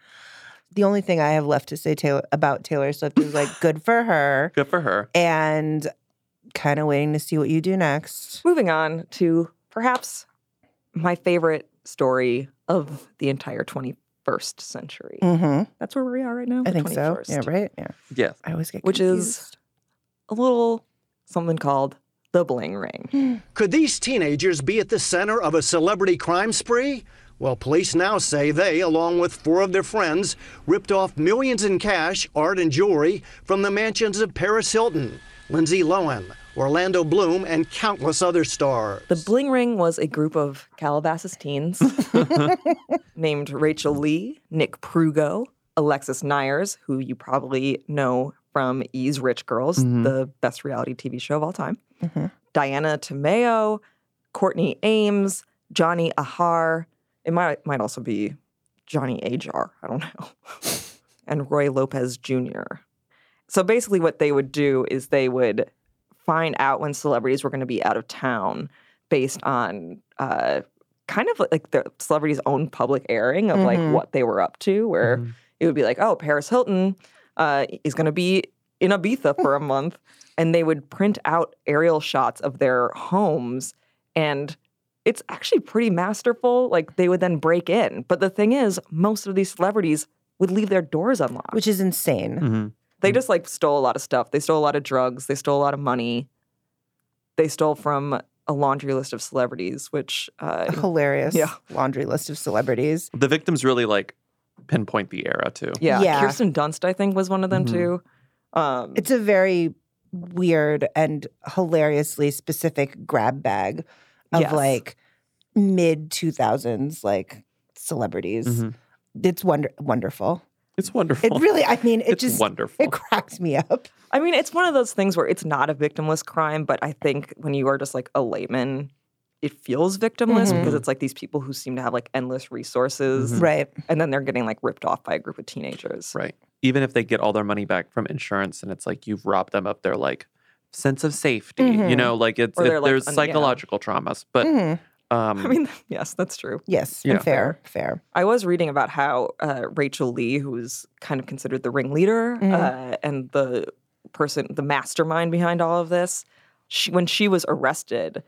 The only thing I have left to say Taylor, about Taylor Swift is like good for her
Good for her.
and kind of waiting to see what you do next.
Moving on to perhaps my favorite story of the entire 21st century.
Mhm.
That's where we are right now.
I
the
think so.
21st.
Yeah, right? Yeah.
Yes.
I always get
Which
confused.
is a little something called the bling ring.
Could these teenagers be at the center of a celebrity crime spree? Well, police now say they, along with four of their friends, ripped off millions in cash, art, and jewelry from the mansions of Paris Hilton, Lindsay Lohan, Orlando Bloom, and countless other stars.
The Bling Ring was a group of Calabasas teens named Rachel Lee, Nick Prugo, Alexis Nyers, who you probably know from E's Rich Girls,
Mhm.
the best reality TV show of all time, Diana Tomeo, Courtney Ames, Johnny Ahar. It might might also be Johnny Ajar. I don't know. [LAUGHS] and Roy Lopez Jr. So basically, what they would do is they would find out when celebrities were going to be out of town based on uh, kind of like the celebrities' own public airing of
Mhm.
like what they were up to, where it would be like, oh, Paris Hilton uh, is going to be in Ibiza for a month. And they would print out aerial shots of their homes and it's actually pretty masterful. Like they would then break in. But the thing is, most of these celebrities would leave their doors unlocked.
Which is insane.
Mm-hmm.
They just like stole a lot of stuff. They stole a lot of drugs. They stole a lot of money. They stole from a laundry list of celebrities, which
[LAUGHS]
uh,
Hilarious
Yeah.
laundry list of celebrities.
The victims really like pinpoint the era too.
Yeah. Kirsten Dunst, I think, was one of them
Mhm.
too. Um,
It's a very weird and hilariously specific grab bag of
Yes.
like mid 2000s like celebrities.
Mm-hmm.
Mhm.
It's wonder
[LAUGHS]
wonderful.
It's wonderful.
It really, I mean, it
It's
just
wonderful.
It cracks me up.
I mean, it's one of those things where it's not a victimless crime, but I think when you are just like a layman, it feels victimless
Mhm.
because it's like these people who seem to have like endless resources.
Mhm.
Right.
And then they're getting like ripped off by a group of teenagers.
Right. Even if they get all their money back from insurance and it's like you've robbed them of their like sense of safety. You
Mhm.
know, like it's
Or
it-
they're, like,
there's
un- yeah.
psychological
Mm.
traumas. But
Mhm.
um
I mean, [LAUGHS] yes, that's true.
Mm-hmm. Yes,
Yeah.
and fair, fair.
I was reading about how uh, Rachel Lee, who's kind of considered the ringleader
Mhm.
uh, and the person, the mastermind behind all of this, she, when she was arrested,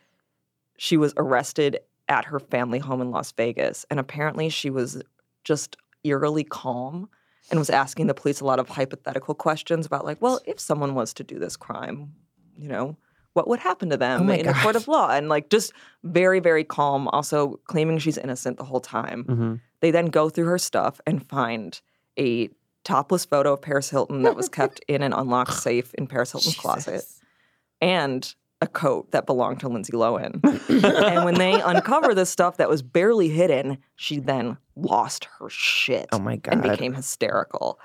she was arrested at her family home in Las Vegas. And apparently she was just eerily calm and was asking the police a lot of hypothetical questions about, like, well, if someone was to do this crime, you know, what would happen to them
my
in a court of law? And like just very, very calm, also claiming she's innocent the whole time.
mhm.
They then go through her stuff and find a topless photo of Paris Hilton that was kept in an unlocked safe in Paris Hilton's closet and a coat that belonged to Lindsay Lohan.
mm-hmm. [LAUGHS]
and when they uncover this stuff that was barely hidden, she then lost her shit.
Oh my
And
God.
became hysterical.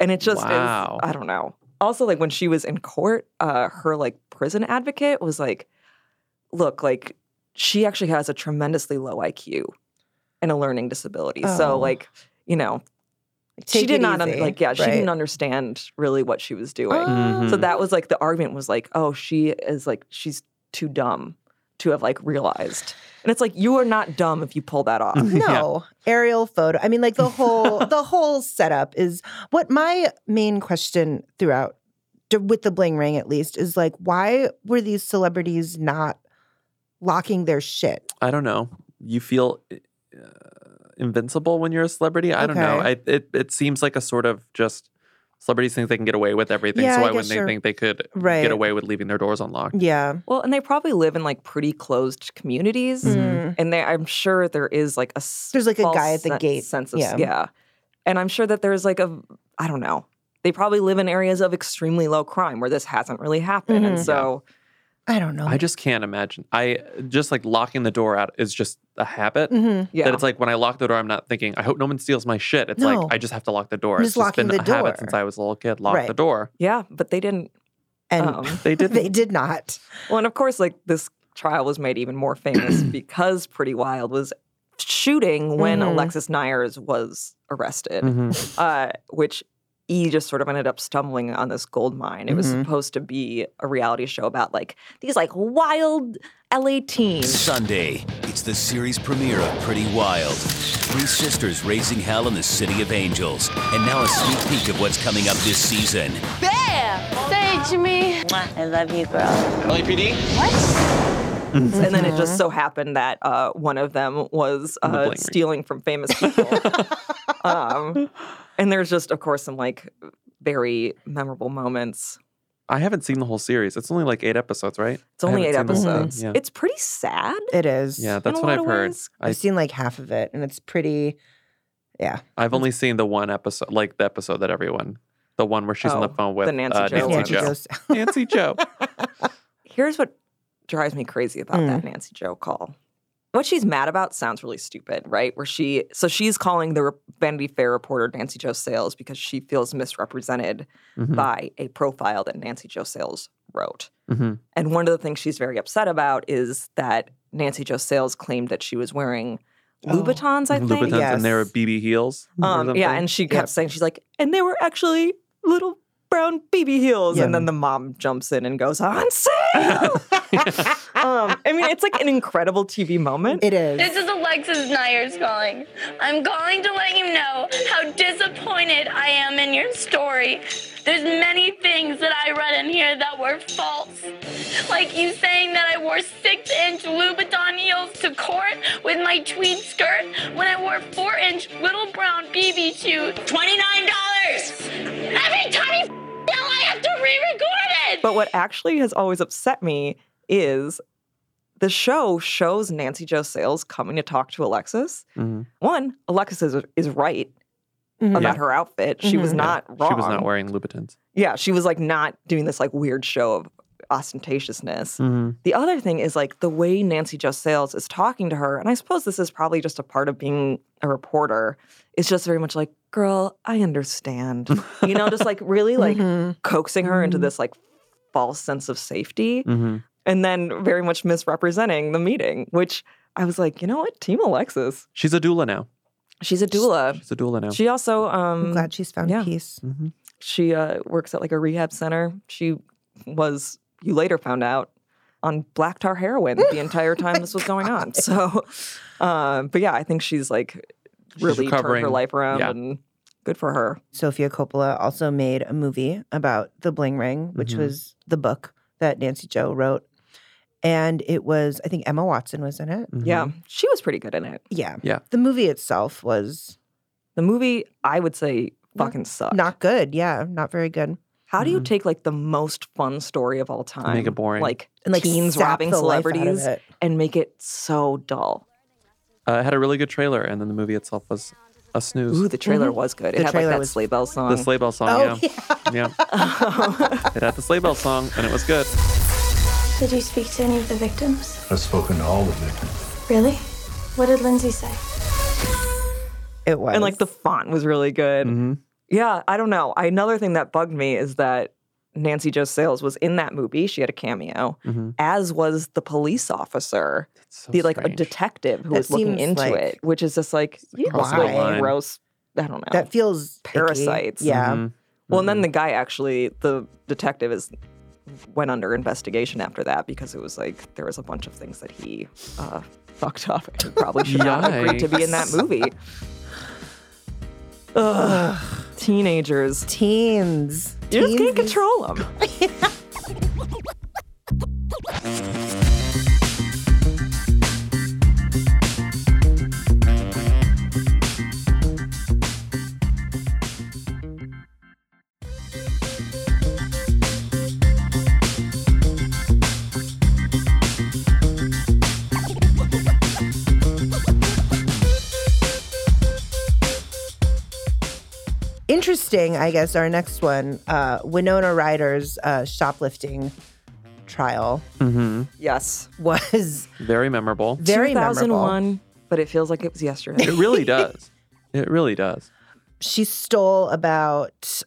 And it just
Wow.
is, I don't know. Also, like when she was in court, uh, her like prison advocate was like, look, like she actually has a tremendously low IQ and a learning disability.
Oh.
So like, you know, she
Take
did
it
not un-
easy,
like yeah, she
right. Mm.
didn't understand really what she was doing.
Oh.
So that was like the argument was like, oh, she is like she's too dumb to have like realized. And it's like you are not dumb if you pull that
[LAUGHS]
off.
[LAUGHS]
No, aerial photo. I mean, like the whole the whole setup is what my main question throughout, d- with the bling ring at least, is like, why were these celebrities not locking their shit?
I don't know. You feel uh, invincible when you're a celebrity. I don't know. I,
Okay.
it it seems like a sort of just celebrities think they can get away with everything.
Yeah,
so
I
why
guess
wouldn't they
you're-
think they could
Right.
get away with leaving their doors unlocked?
Yeah.
Well, and they probably live in like pretty closed communities,
Mhm.
and they, I'm sure there is like a s-
There's, like, a
false
guy at the
sen-
gate.
sense of
Yeah.
yeah. and I'm sure that there's like a I don't know. They probably live in areas of extremely low crime where this hasn't really happened,
Mhm.
and so
I don't know.
I just can't imagine. I just like locking the door out is just a habit.
Mhm.
Yeah.
That it's like when I lock the door, I'm not thinking, I hope no one steals my shit. It's
No.
like I just have to lock the door.
Just
it's just been
locking
a
the door.
habit since I was a little kid. Lock
Right.
the door.
yeah, but they didn't.
And
Um,
[LAUGHS]
[LAUGHS]
They did.
they did not.
[LAUGHS] Well, and of course, like this trial was made even more
[CLEARS THROAT]
famous because Pretty Wild was shooting when
Mhm.
Alexis Nyers was arrested,
[LAUGHS]
Mhm.
uh, which E just sort of ended up stumbling on this gold mine. It was
Mm-hmm.
Mhm.
supposed to be a reality show about like these like wild LA teens.
Sunday, it's the series premiere of Pretty Wild. Three sisters raising hell in the City of Angels. And now a sneak peek of what's coming up this season.
Bear! Say
to me. I love you, girl.
LAPD? What? And then it just so happened that uh, one of them was uh, stealing from famous
[LAUGHS]
people. um, and there's just, of course, some like very memorable moments.
I haven't seen the whole series. It's only like eight episodes, right?
It's only eight
I haven't seen the whole
episodes.
thing. Yeah.
It's pretty sad.
It is.
Yeah, that's what I've heard. I-
I've seen like half of it, and it's pretty. Yeah.
I've only seen the one episode, like the episode that everyone, the one where she's on the
Oh,
phone with
the Nancy
uh,
Joe
Nancy
one.
Joe.
Nancy
[LAUGHS] Nancy Joe.
Here's what drives me crazy about
Mm.
that Nancy Joe call. What she's mad about sounds really stupid, right? Where she, so she's calling the Re- Vanity Fair reporter Nancy Joe Sales because she feels misrepresented
Mhm.
by a profile that Nancy Joe Sales wrote.
Mhm.
And one of the things she's very upset about is that Nancy Jo Sales claimed that she was wearing Louboutins, I think.
Oh, Louboutins and their BB heels. or
Um, yeah,
something. [LAUGHS]
and [LAUGHS] she kept saying, she's like, and they were actually little brown BB heels. And then the mom jumps in and goes, on
[LAUGHS]
sale. um, I mean, it's like an incredible TV moment. It is.
This is Alexis Nyers calling. I'm calling to let you know how disappointed I am in your story. There's many things that I read in here that were false. Like you saying that I wore six inch Louboutin heels to court with my tweed skirt when I wore four inch little brown BB shoes. $29! Every time you tell, I have to re record it!
But what actually has always upset me is the show shows Nancy Jo Sales coming to talk to Alexis.
Mhm.
One, Alexis is, is right
Mhm.
Mm-hmm.
about
Yeah. Mm-hmm.
her outfit. She was
Yeah.
not wrong.
She was not wearing Louboutins.
Yeah, she was like not doing this like weird show of ostentatiousness.
Mhm.
The other thing is like the way Nancy Jo Sales is talking to her, and I suppose this is probably just a part of being a reporter, is just very much like, girl, I understand. you know, just like really like
Mm-hmm.
coaxing her into this like false sense of safety
Mhm.
and then very much misrepresenting the meeting, which I was like, you know what, Team Alexis.
She's a doula now.
She's a doula.
She's a doula now. Mm-hmm,
She also um
I'm glad she's found peace.
She uh, works at like a rehab center. She was you later found out on black tar heroin the
[LAUGHS] Oh
entire time this was going on. So um but yeah, I think she's like really turned her
recovering.
life around
Yeah.
and good for her.
Sofia Coppola also made a movie about the bling ring, which
Mhm.
was the book that Nancy Joe wrote. And it was, I think Emma Watson was in it.
mm-hmm.
Yeah. She was pretty good in it.
Yeah.
Mm. Yeah.
The movie itself was
The movie I would say fucking sucked.
not good. Yeah. Not very good.
How do you take like the most fun story of all time,
Mm-hmm. it boring.
like,
And, like,
teens
sap
robbing
the life out of
celebrities,
it.
and make it so dull?
Uh, it had a really good trailer, and then the movie itself was a snooze.
Ooh, the trailer
Mm-hmm.
Mhm. was good. It The had, like, trailer that was- sleigh bell song.
The sleigh bell song,
Oh,
yeah. Yeah.
[LAUGHS]
it had the sleigh bell song, and it was good.
Did you speak to any of the victims?
I've spoken to all the victims.
Really? What did Lindsay say?
It was.
And like the font was really good.
Mm-hmm.
Yeah, I don't know. Another thing that bugged me is that Nancy Jo Sales was in that movie. She had a cameo,
Mhm.
as was the police officer, the like a detective who
That
was looking
seems
into
like-
it, which is just like you
crossing
look like
the line.
gross. I don't know.
That feels picky.
parasites.
Yeah.
Well, and
Mm-hmm.
then the guy actually, the detective is went under investigation after that because it was like there was a bunch of things that he uh, fucked up and he probably should not have agreed to be in that
Yikes.
movie.
[LAUGHS]
Ugh, teenagers,
teens,
you just can't control them.
Interesting, I guess, our next one uh, Winona Ryder's uh, shoplifting trial
hmm
Yes,
was [LAUGHS]
Very memorable.
Very
2001, but it feels like it was yesterday.
It
[LAUGHS]
really does. It really does.
she stole about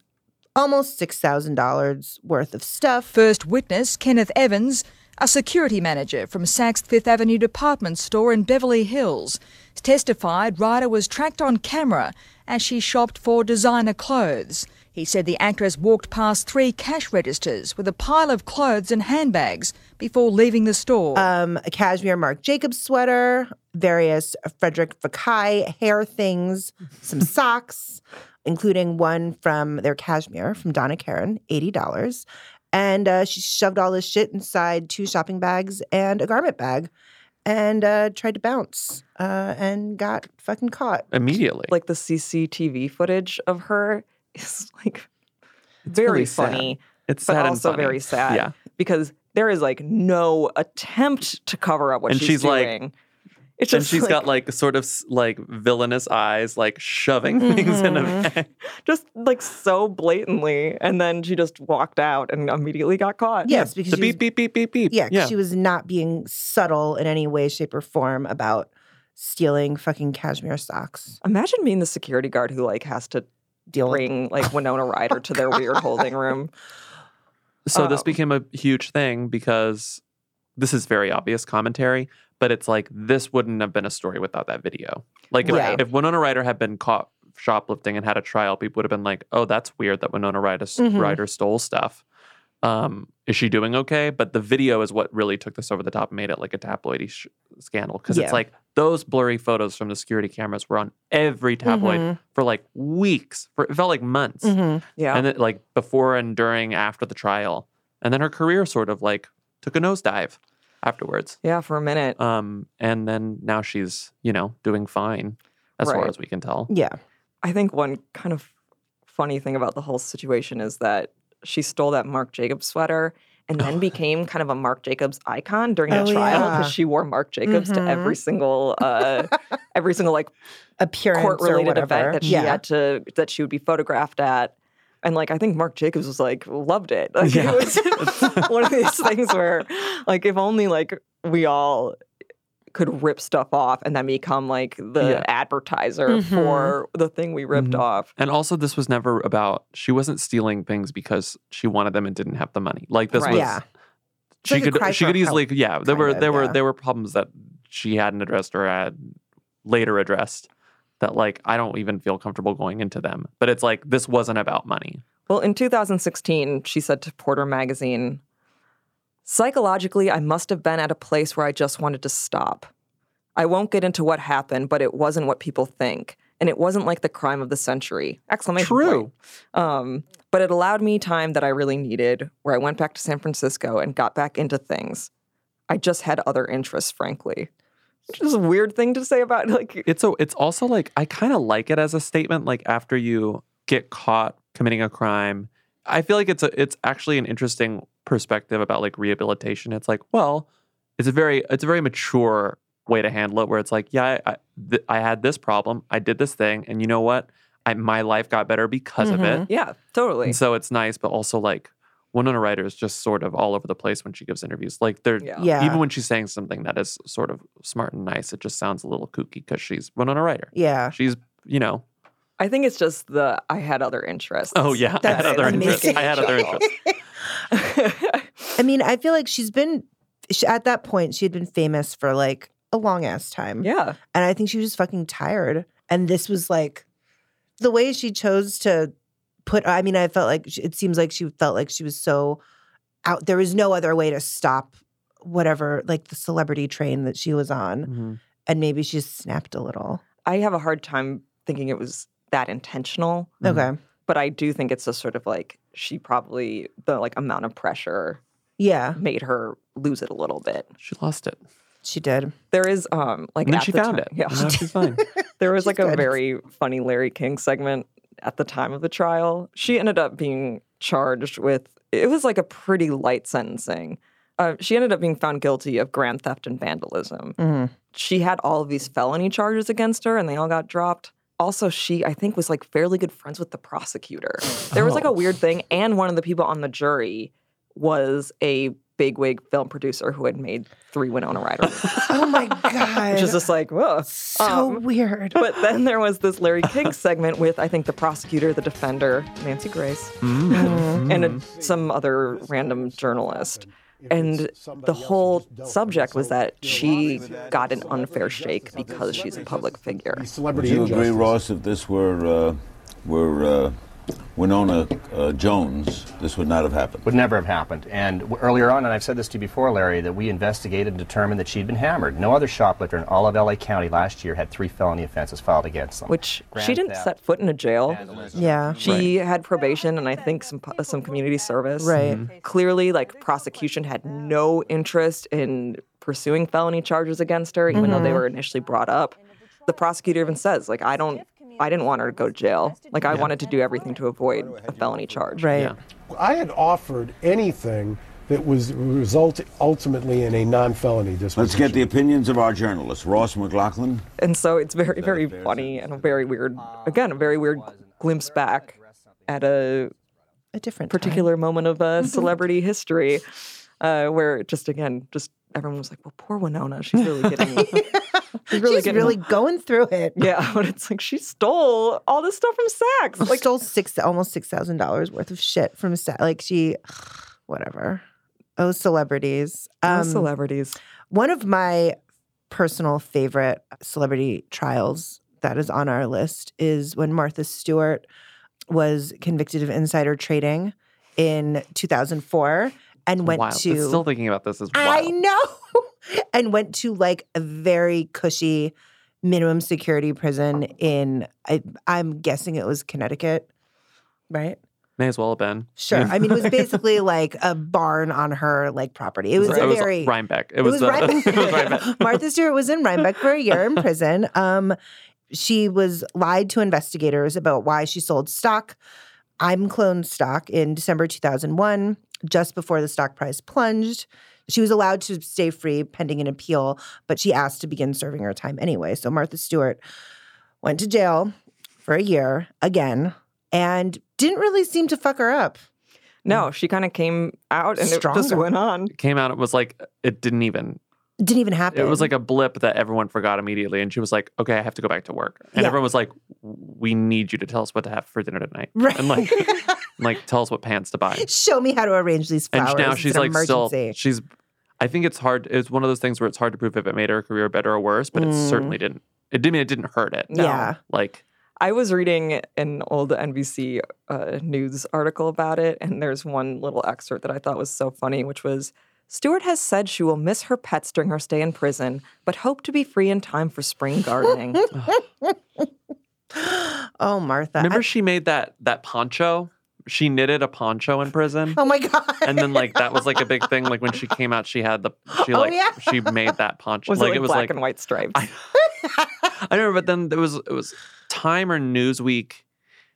almost $6,000 worth of stuff.
First witness, Kenneth Evans, a security manager from Saks Fifth Avenue department store in Beverly Hills, testified Ryder was tracked on camera as she shopped for designer clothes. He said the actress walked past three cash registers with a pile of clothes and handbags before leaving the store.
Um, a cashmere Marc Jacobs sweater, various Frederick Vakai hair things, some socks, including one from their cashmere from Donna Karen, $80. And uh, she shoved all this shit inside two shopping bags and a garment bag and uh, tried to bounce uh, and got fucking caught.
immediately.
Like the CCTV footage of her is like very
really sad.
funny.
It's
but
sad and
also
funny.
very sad. [LAUGHS]
Yeah.
Because there is like no attempt to cover up what
and she's, like,
doing. It's
and
just
she's
like-
got like sort of s- like villainous eyes, like shoving [LAUGHS] things in a
Mhm.
bag.
just like so blatantly. And then she just walked out and immediately got caught.
Yes, because
The
she
beep,
was,
beep, beep, beep, beep.
yeah, 'cause she was not being subtle in any way, shape, or form about stealing fucking cashmere socks.
Imagine being the security guard who like has to
Deal with-
bring like Winona Ryder
[LAUGHS]
to their weird holding room.
So this
Oh.
Um,
became a huge thing because this is very obvious commentary, but it's like this wouldn't have been a story without that video. Like if,
Right.
if Winona Ryder had been caught shoplifting and had a trial, people would have been like, "Oh, that's weird that Winona Ryder,
Mhm.
Ryder stole stuff. Um, is she doing okay?" But the video is what really took this over the top and made it like a tabloidy sh- scandal because
Yeah.
it's like those blurry photos from the security cameras were on every tabloid
Mhm.
for like weeks. For, it felt like months.
Mhm.
Yeah.
And it, like before and during, after the trial. And then her career sort of like took a nosedive afterwards.
yeah, for a minute.
Um, and then now she's, you know, doing fine as far
Right.
as we can tell.
Yeah.
I think one kind of funny thing about the whole situation is that she stole that Marc Jacobs sweater and then became kind of a Marc Jacobs icon during the
Oh,
trial
yeah.
because she wore Marc Jacobs to every
Mhm.
single uh, every single like
Appearance
court
or
related
whatever.
event that she
yeah.
had to that she would be photographed at. And like I think Mark Jacobs was like loved it. Like
Yeah.
it
[LAUGHS]
was [LAUGHS] one of these things where like if only like we all could rip stuff off and then become like the
Yeah.
advertiser
Mhm.
for the thing we ripped
Mhm.
off.
And also, this was never about, she wasn't stealing things because she wanted them and didn't have the money. Like this
Right.
was,
Yeah. It's
she
like a cry
could, she
for
could easily,
help,
yeah, there
kind
were,
of,
there were,
yeah.
there were problems that she hadn't addressed or had later addressed that like, I don't even feel comfortable going into them. But it's like, this wasn't about money.
Well, in 2016, she said to Porter magazine, Psychologically, I must have been at a place where I just wanted to stop. I won't get into what happened, but it wasn't what people think. And it wasn't like the crime of the century. Exclamation
True.
point. Um, but it allowed me time that I really needed, where I went back to San Francisco and got back into things. I just had other interests, frankly. Which is a weird thing to say about like
it's a it's also like I kind of like it as a statement. Like after you get caught committing a crime, I feel like it's a it's actually an interesting perspective about like rehabilitation. It's like well, it's a very it's a very mature way to handle it. Where it's like yeah, I I, th- I had this problem, I did this thing, and you know what, I my life got better because of it.
Yeah, totally.
And so it's nice, but also like Winona Ryder is just sort of all over the place when she gives interviews. Like they're
Yeah.
Yeah.
even when she's saying something that is sort of smart and nice, it just sounds a little kooky because she's Winona Ryder.
Yeah.
She's you know
I think it's just the I had other interests.
oh
[LAUGHS]
yeah I had
That's
other interests.
amazing.
I had other
[LAUGHS]
interests.
I mean, I feel like she's been sh at that point. She had been famous for like a long ass time,
Yeah.
and I think she was just fucking tired. And this was like the way she chose to put. I mean, I felt like sh- it seems like she felt like she was so out. There was no other way to stop whatever, like the celebrity train that she was on,
Mhm.
and maybe she just snapped a little.
I have a hard time thinking it was that intentional,
Okay,
but I do think it's a sort of like she probably the like amount of pressure
yeah,
made her lose it a little bit.
She lost it.
she did.
There is um like
And then
at
she
the
found
time-
it.
Yeah.
And now
[LAUGHS]
she's fine.
[LAUGHS] There was like a
good.
very funny Larry King segment at the time of the trial. She ended up being charged with, it was like a pretty light sentencing. Uh, she ended up being found guilty of grand theft and vandalism.
Mm-hmm.
She had all of these felony charges against her and they all got dropped. Also, she, I think, was like fairly good friends with the prosecutor. There was like a weird thing. And one of the people on the jury was a bigwig film producer who had made three Winona Ryder movies,
Oh [LAUGHS] my god,
which is just like, whoa.
so
Um,
weird.
but then there was this Larry King segment with I think the prosecutor, the defender, Nancy Grace, and a, some other random journalist. And the whole subject was that she got an unfair shake because she's a public figure.
Would you agree, Ross, if this were uh, were uh, Winona uh, Jones, this would not have happened.
Would never have happened. And w- earlier on, and I've said this to you before, Larry, that we investigated and determined that she'd been hammered. No other shoplifter in all of LA County last year had three felony offenses filed against them.
Which
Grand
she didn't
theft.
set foot in a jail.
Yeah.
She had probation and I think some pu- some community service. Mm-hmm.
Right. Mhm.
Clearly, like prosecution had no interest in pursuing felony charges against her, even though they
Mhm.
were initially brought up. The prosecutor even says, like, I don't, I didn't want her to go to jail. Like, I wanted to do everything to avoid a felony charge.
Right. Yeah.
I had offered anything that was result ultimately in a non-felony disposition.
Let's get the opinions of our journalist, Ross McLaughlin.
And so it's very, very funny and a very weird, again, a very weird glimpse back at a
a different
particular moment of
[LAUGHS]
uh, celebrity history, uh, where it just again, just everyone was like, "Well, poor Winona, she's
[LAUGHS]
really getting, [LAUGHS] she's really
She's
getting."
really going through it.
[LAUGHS] Yeah, but it's like she stole all this stuff from Saks.
[LAUGHS] Like stole six almost six thousand dollars worth of shit from Sa- like she, [SIGHS] whatever. Oh, celebrities. Um,
Oh, celebrities.
One of my personal favorite celebrity trials that is on our list is when Martha Stewart was convicted of insider trading in 2004 and went
Wild.
to
It's still thinking about this as well.
I know. [LAUGHS] and went to like a very cushy minimum security prison in I I'm guessing it was Connecticut, right?
May as well have been.
Sure. I mean, it
[LAUGHS]
was basically like a barn on her like property. It was
Right.
a
It was
very
Rhinebeck. It was, uh,
Rhinebeck.
[LAUGHS] it was Rhinebeck.
Martha Stewart was in Rhinebeck for a year
[LAUGHS]
in prison. Um, she was lied to investigators about why she sold stock. I'm clone stock in December 2001, just before the stock price plunged. She was allowed to stay free pending an appeal, but she asked to begin serving her time anyway. So Martha Stewart went to jail for a year again and didn't really seem to fuck her up.
No, she kind of came out and it just
Stronger.
went on.
Came out, it was like, it didn't even.
Didn't even happen.
It was like a blip that everyone forgot immediately. And she was like, okay, I have to go back to work. And
Yeah.
everyone was like, we need you to tell us what to have for dinner tonight.
[LAUGHS] Right. [LAUGHS]
And like, like tell us what pants to buy.
show me how to arrange these
and
flowers.
now
It's
she's
an
like
emergency. [GASPS]
still she's i think it's hard it's one of those things where it's hard to prove if it made her career better or worse but it
Mm.
certainly didn't it didn't mean it didn't hurt it
No. Yeah.
like
I was reading an old NBC uh, news article about it, and there's one little excerpt that I thought was so funny, which was Stewart has said she will miss her pets during her stay in prison, but hope to be free in time for
[LAUGHS]
spring gardening.
oh, Martha.
remember she made that that poncho she knitted a poncho
[LAUGHS]
in prison
oh my [LAUGHS] god
and then like that was like a big thing like when she came out she had the she
Oh,
like
yeah.
she made that poncho
Was it,
like
like,
it was
black
like
and white stripes?
I, I don't know but then there was it was time or newsweek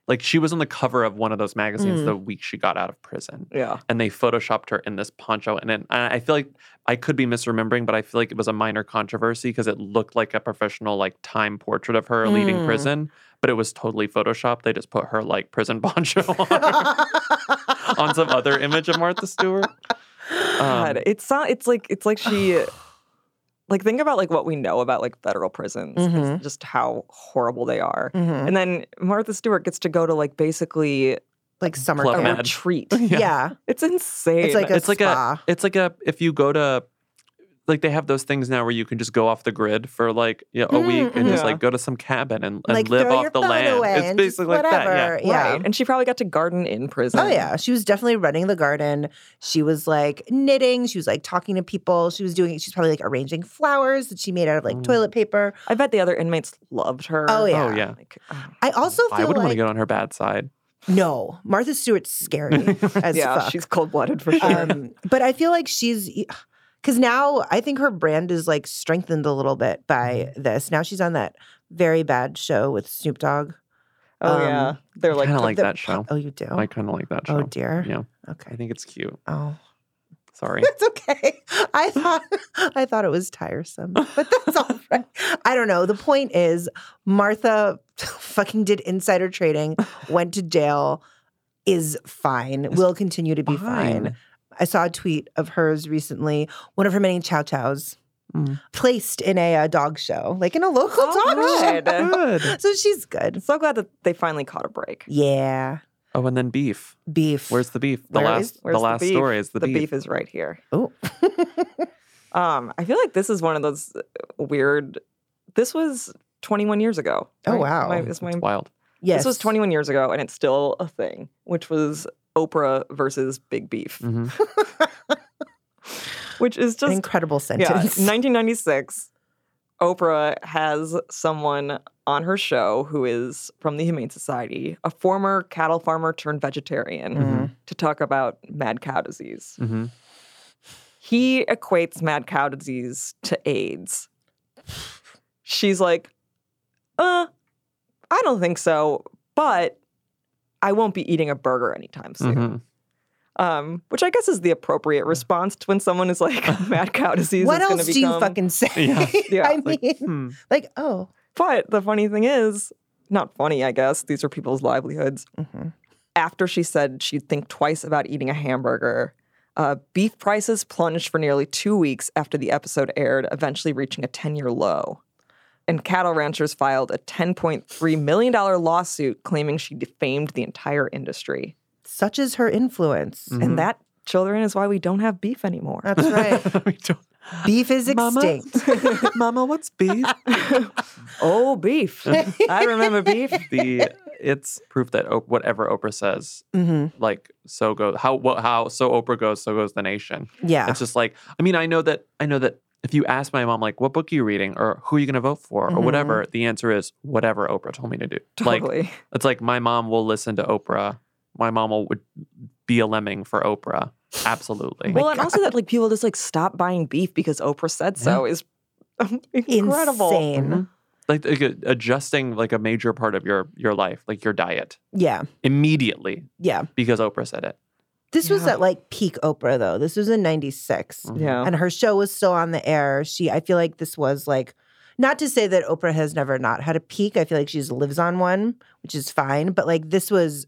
like she was on the cover of one of those magazines
Mm.
the week she got out of prison
yeah.
and they photoshopped her in this poncho. And then and I feel like I could be misremembering, but I feel like it was a minor controversy because it looked like a professional like time portrait of her leaving
Mm.
prison, but it was totally photoshopped. They just put her like prison
[LAUGHS]
[LAUGHS] poncho on, on some other image of Martha Stewart.
God,
Um,
it's not, it's like it's like she like think about like what we know about like federal prisons it's
Mhm.
just how horrible they are
Mhm.
and then martha stewart gets to go to like basically
like summer
Club
a
Med. [LAUGHS]
retreat
Yeah.
it's insane
It's like a
it's like
spa.
a it's like a if you go to like they have those things now where you can just go off the grid for like yeah, a week and just
Yeah.
like go to some cabin and, and
Hmm, Like,
live
throw
off
your
the
phone
land.
away
It's
and just
basically like that.
whatever.
Yeah.
Yeah.
Right. And she probably got to garden in prison.
Oh yeah, she was definitely running the garden. She was like knitting. She was like talking to people. She was doing. She's probably like arranging flowers that she made out of
Mm.
like toilet paper.
I bet the other inmates loved her.
Oh yeah.
Oh yeah.
I also
I
feel
wouldn't want to
like
get on her bad side.
no Martha Stewart's
[LAUGHS]
scary as
yeah,
fuck.
she's cold blooded for sure.
[LAUGHS] Um, but I feel like she's because now I think her brand is like strengthened a little bit by
Mm-hmm.
this. Now she's on that very bad show with Snoop Dogg.
oh
um,
yeah. They're
I
like,
kind of like
the-
that show.
Oh, you do.
I kind of like that show.
Oh, dear.
Yeah.
Okay.
I think it's cute. [LAUGHS]
Oh, [LAUGHS]
Sorry.
it's okay. I thought [LAUGHS] I thought it was tiresome, but that's
[LAUGHS]
all right. I don't know. The point is, Martha [LAUGHS] fucking did insider trading, went to jail, is fine. Will continue to be fine.
fine.
I saw a tweet of hers recently. One of her many chow chows.
Mm.
Placed in a, uh dog show, like in a local
Oh,
dog show.
good. [LAUGHS]
[LAUGHS] So she's good.
so glad that they finally caught a break.
Yeah.
Oh, and then beef.
Beef.
Where's the beef? The
Where
last
is-
the
where's
last
beef?
story is the,
the
beef.
beef is right here. [LAUGHS]
Oh.
um, I feel like this is one of those uh, weird. This was 21 years ago.
Oh,
right?
wow.
My, is my
Wild.
This was 21 years ago, and it's still a thing, which was Oprah versus Big Beef,
Mm. Mm-hmm,
which is just
incredible
Yeah,
sentence. [LAUGHS]
1996. Oprah has someone on her show who is from the Humane Society, a former cattle farmer turned vegetarian,
Mm. Mm-hmm.
Mhm.
to talk about mad cow disease. [LAUGHS]
Mm-hmm.
He equates mad cow disease to AIDS. She's like, uh, I don't think so, but I won't be eating a burger anytime soon.
mm-hmm.
Mm-hmm.
Um, which I guess is the appropriate response to when someone is like, [LAUGHS] mad cow disease
[LAUGHS] What
is gonna
else do you
become-
fucking say?
[LAUGHS]
[LAUGHS]
Yeah. Yeah,
I
like,
mean,
[LAUGHS]
hmm.
like, oh,
But the funny thing is, not funny, I guess, these are people's livelihoods.
Mm-hmm.
After she said she'd think twice about eating a hamburger, uh, beef prices plunged for nearly two weeks after the episode aired, eventually reaching a 10 year low. And cattle ranchers filed a $10.3 million lawsuit claiming she defamed the entire industry.
such is her influence.
And that, children, is why we don't have beef anymore.
That's right. Beef is extinct.
Mama, [LAUGHS] Mama what's beef?
[LAUGHS] oh, beef. [LAUGHS] I remember beef.
[LAUGHS] the it's proof that Op- whatever Oprah says,
Mhm.
like so goes how what, how so Oprah goes, so goes the nation.
Yeah.
it's just like I mean I know that I know that if you ask my mom like what book are you reading or who are you going to vote for or
Mhm.
whatever, the answer is whatever Oprah told me to do.
[LAUGHS] Totally.
Like it's like my mom will listen to Oprah. My mom will would be a lemming for Oprah. Absolutely.
well, and also that like people just like stop buying beef because Oprah said so is [LAUGHS] incredible. Mm-hmm.
Insane.
like, like, uh, adjusting like a major part of your your life, like your diet,
Yeah.
immediately
Yeah.
because Oprah said it.
This was at like peak Oprah though. This was in 96.
Yeah.
And her show was still on the air. She I feel like this was like not to say that Oprah has never not had a peak. I feel like she just lives on one, which is fine, but like this was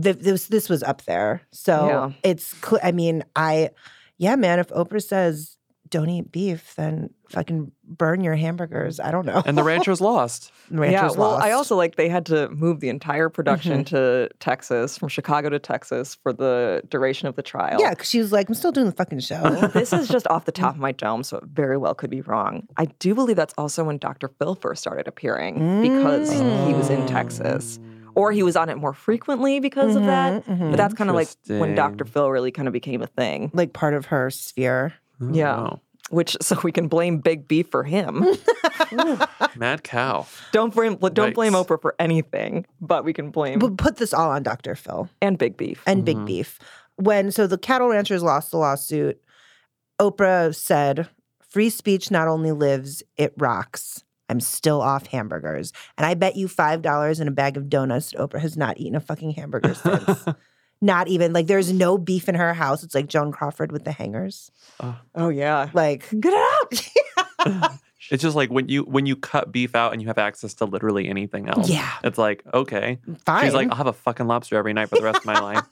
th- this this was up there. So
Yeah.
it's cl- I mean, I yeah, man, if Oprah says don't eat beef, then fucking burn your hamburgers. I don't know.
And the ranchers lost.
The ranchers
yeah, well, I
lost. Mm-hmm.
also like they had to move the entire production to Texas from Chicago to Texas for the duration of the trial.
Yeah, Mm-hmm. because she was like, I'm still doing the fucking
[LAUGHS]
show.
this is just
[LAUGHS]
off the top of my dome, so it very well could be wrong. I do believe that's also when Dr. Phil first started appearing because he was in Texas.
Mm.
Or he was on it more frequently because of that. But that's kind of like when Dr.
Mm-hmm, Interesting.
Phil really kind of became a thing.
like part of her sphere.
Yeah. Which so we can blame Big Beef for him.
[LAUGHS]
Mad cow.
don't blame don't blame Oprah for anything, but we can blame
But put this all on Dr. Phil
and Big Beef.
and Big
Mm-hmm.
Beef. When so the cattle ranchers lost the lawsuit, Oprah said, "Free speech not only lives, it rocks." I'm still off hamburgers, and I bet you five dollars in a bag of donuts that Oprah has not eaten a
[LAUGHS]
fucking hamburger since. not even like there's no beef in her house. It's like Joan Crawford with the hangers.
Oh yeah.
Like
get it out.
It's just like when you when you cut beef out and you have access to literally anything else.
Yeah.
It's like, okay.
Fine.
She's like, I'll have a fucking lobster every night for the rest of my
[LAUGHS]
life.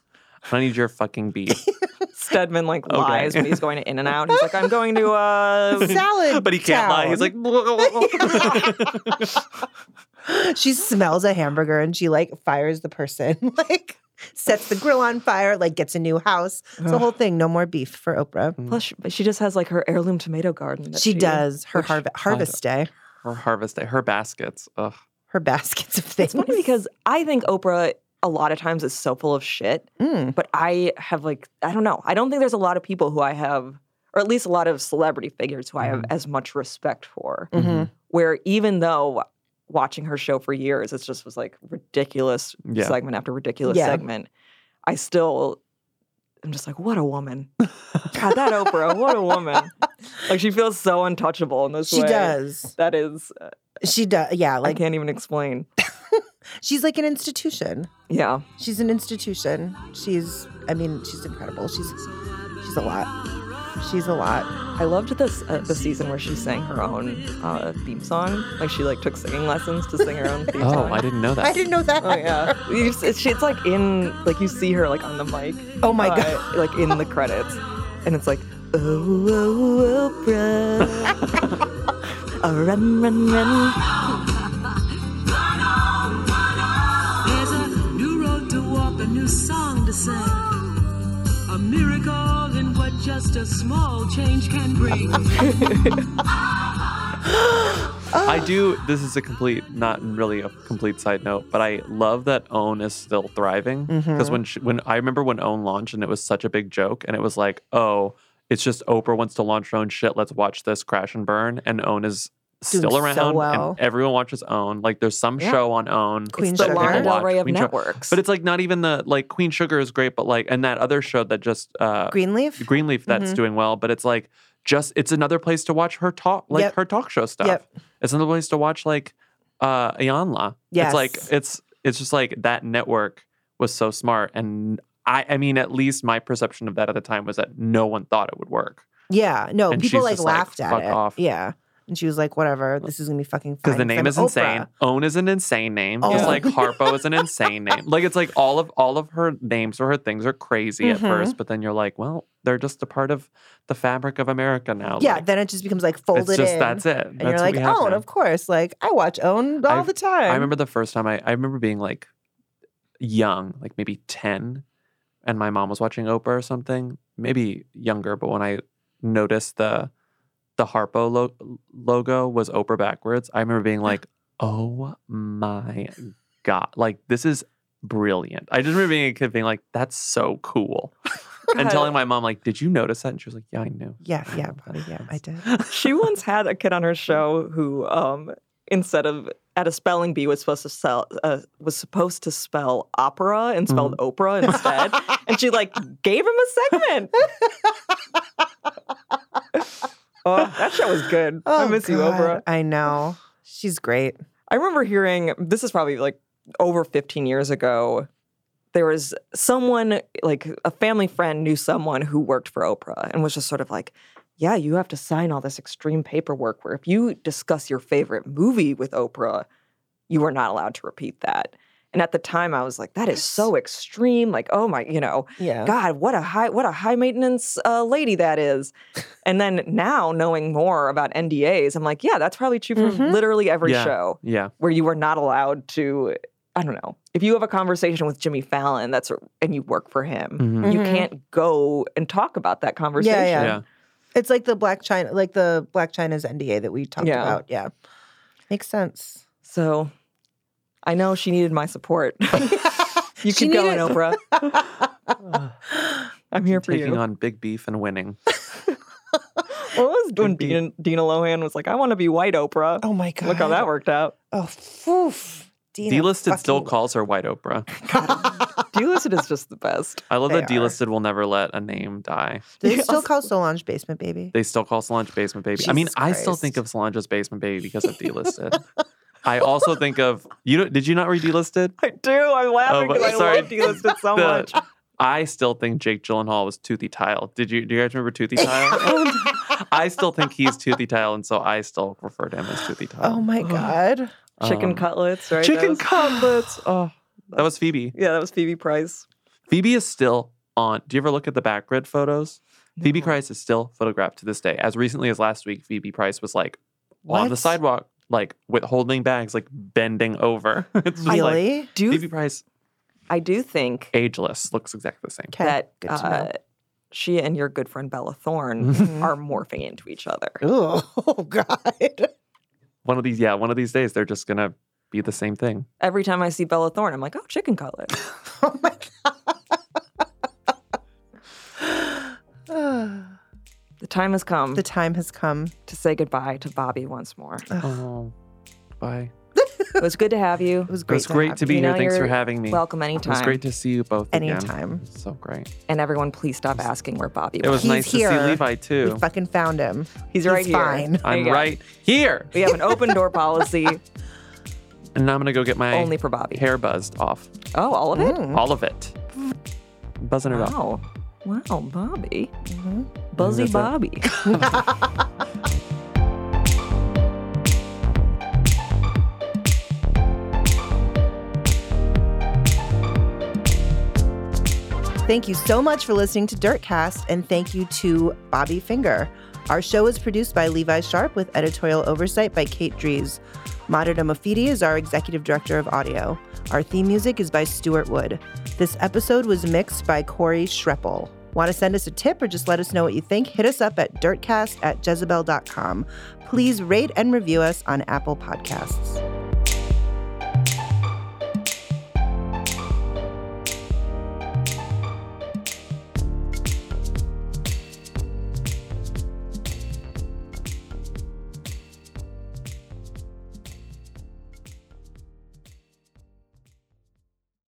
I need your fucking beef.
Stedman like
Okay.
lies when he's going to In and Out. He's like, I'm going to uh
Salad.
[LAUGHS] but he can't lie. He's
town.
like, [LAUGHS]
she smells a hamburger and she like fires the person, [LAUGHS] like sets the grill on fire, like gets a new house. It's the whole thing. No more beef for Oprah.
[LAUGHS] Plus, she, but she just has like her heirloom tomato garden. That
She does her harv- harvest day,
her harvest day, her baskets. Ugh.
her baskets of things.
It's funny
[LAUGHS]
because I think Oprah a lot of times is so full of shit,
Mm.
but I have like I don't know. I don't think there's a lot of people who I have, or at least a lot of celebrity figures who I
Mm-hmm.
have as much respect for.
Mhm.
Where even though watching her show for years, it just was like ridiculous
Yeah.
segment after ridiculous
Yeah.
segment. I still. am just like, what a
[LAUGHS]
woman. God, that Oprah, what a woman. Like, she feels so untouchable in this
She
way.
does.
That is, uh,
She does. Yeah,
I
like
can't even explain.
she's like an institution.
Yeah.
She's an institution. She's. I mean, she's incredible. She's. She's a lot. She's a lot. [LAUGHS]
I loved this uh, the season where she sang her own uh, theme song. Like she like took singing lessons to sing her own theme
Oh,
song.
I didn't know that.
I didn't know that.
Oh
[LAUGHS]
yeah, You just- it's, it's like in like you see her like on the mic.
Oh my
uh,
God.
Like in the credits, and it's like oh, oh Oprah, [LAUGHS] oh, run run run.
There's a new road to walk, a new song to sing. A miracle in what just a small change can bring.
I do. This is a complete, not really a complete side note, but I love that Own is still thriving because
Mm-hmm.
Mhm.
when she, when I remember when Own launched and it was such a big joke and it was like, oh, it's just Oprah wants to launch her own shit. Let's watch this crash and burn. And Own is
Doing
still
so
around
well.
and everyone watches Own. Like there's some
Yeah.
show on Own.
Queen
that
Sugar.
people
Lana Del
watch.
Rey of
Queen Sugar.
networks.
But it's like not even the like Queen Sugar is great, but like and that other show that just uh
Greenleaf?
Greenleaf that's
Mhm.
doing well, but it's like just it's another place to watch her talk like
Yep.
her talk show stuff.
Yep.
It's another place to watch like uh Ayanla.
Yes.
It's like it's it's just like that network was so smart and I I mean at least my perception of that at the time was that no one thought it would work.
Yeah, no,
And
people
she's
like
just like,
laughed at
"Fuck
it.
off."
Yeah, and she was like, "Whatever, this is gonna be fucking."
Because
fine
the name
I'm
is insane.
Oprah."
Own is an insane name. Just
Oh. [LAUGHS]
like Harpo is an insane name. Like it's like all of all of her names or her things are crazy at
Mhm.
first, but then you're like, well, they're just a part of the fabric of America now.
Yeah,
Like,
then it just becomes like folded
it's just
in.
that's it.
And
That's
you're
what
like,
we have
"Own,
now."
of course." Like I watch Own all
I've-
the time.
I remember the first time I I remember being like young, like maybe ten, and my mom was watching Oprah or something, maybe younger. But when I noticed the the Harpo lo- logo was Oprah backwards, I remember being like, "Oh my god! Like this is brilliant!" I just remember being a kid being like, "That's so cool,"
[LAUGHS]
and telling my mom like, "Did you notice that?" And she was like, "Yeah, I knew."
Yeah, yeah, probably. Yeah, I did.
she once had a kid on her show who um instead of at a spelling bee was supposed to sell uh, was supposed to spell opera and spelled
Mm.
Oprah instead and she like gave him a
[LAUGHS]
segment oh that show was good i
Oh,
miss you
God,
oprah
I know. She's great.
I remember hearing this is probably like over 15 years ago. There was someone, like a family friend knew someone who worked for Oprah and was just sort of like, yeah, you have to sign all this extreme paperwork where if you discuss your favorite movie with Oprah, you are not allowed to repeat that. And at the time I was like, that is so extreme. Like, oh my, you know,
Yeah.
God, what a high what a high maintenance uh, lady that is. And then now knowing more about NDAs, I'm like, yeah, that's probably true for
Mhm.
literally every
Yeah,
show
Yeah.
where you are not allowed to i don't know if you have a conversation with jimmy fallon that's and you work for him
Mhm.
you
Mhm.
can't go and talk about that conversation
yeah. Yeah. It's like the Black China, like the Black China's NDA that we talked
Yeah.
about. Yeah, makes sense.
so i know she needed my support [LAUGHS] you
She
keep going
needed-
oprah i'm here for
Taking
you
on big beef and winning.
what was when dina, dina lohan was like i want to be white oprah
oh my god
look how that worked out
oh oof. Dina
Delisted still
fucking-
calls her White Oprah.
delisted is just the best
I love
They
that
are.
delisted will never let a name die.
Do they still call Solange Basement Baby?
They still call Solange Basement Baby. I mean,
Jesus
I still think of Solange as Basement Baby because of
[LAUGHS]
delisted. I also think of you. Don't, did you not
[LAUGHS]
read delisted?
i do i'm laughing
Oh, but
because i
sorry.
love delisted so
[LAUGHS] The-
much
I still think Jake Gyllenhaal was Toothy Tile. Did you? Do you guys remember Toothy
[LAUGHS] Oh,
Tile? I still think he's Toothy Tile, and so I still refer to him as Toothy Tile.
Oh my god.
chicken
Um,
cutlets right
Chicken
Those- [LAUGHS]
cutlets. Oh, that was Phoebe.
yeah that was phoebe price
Phoebe is still on. Do you ever look at the back grid photos? Phoebe Price is still photographed to this day. As recently as last week, Phoebe Price was like on the
What?
sidewalk, like with holding bags, like bending over. [LAUGHS] it's just
Really?
like Phoebe Price,
i do think
ageless, looks exactly the same.
that
good to know.
uh, she and your good friend Bella
[LAUGHS]
Thorne
Mm-hmm.
are morphing into each other.
Ooh, oh god.
One of these, yeah, one of these days they're just gonna be the same thing.
Every time I see Bella Thorne, I'm like, oh, chicken cutlet. the time has come
the time has come.
to say goodbye to Bobby once more.
Oh, bye.
It was good to have you. It
was
It was great to be
You know,
here. Thanks for
you're
having me.
Welcome
It was
anytime.
great to see you both. again.
Anytime.
It's so great.
and everyone, please stop asking where Bobby
It was
went.
nice to see
here.
Levi too.
We fucking found him.
He's right here.
fine.
There you
I'm
go.
right here,
We have an open door
[LAUGHS]
policy
and now I'm gonna go get my
only for Bobby.
hair buzzed off.
Oh, all of it?
All of it. Buzzing it off.
Wow. Wow, Bobby. Buzzy
That's it.
Bobby.
Thank you so much for listening to Dirtcast, and thank you to Bobby Finger. Our show is produced by Levi Sharp with editorial oversight by Kate Dries. Madara Mofidi is our executive director of audio. Our theme music is by Stuart Wood. This episode was mixed by Corey Schreppel. Want to send us a tip or just let us know what you think? Hit us up at dirtcast at jezebel.com. Please rate and review us on Apple Podcasts.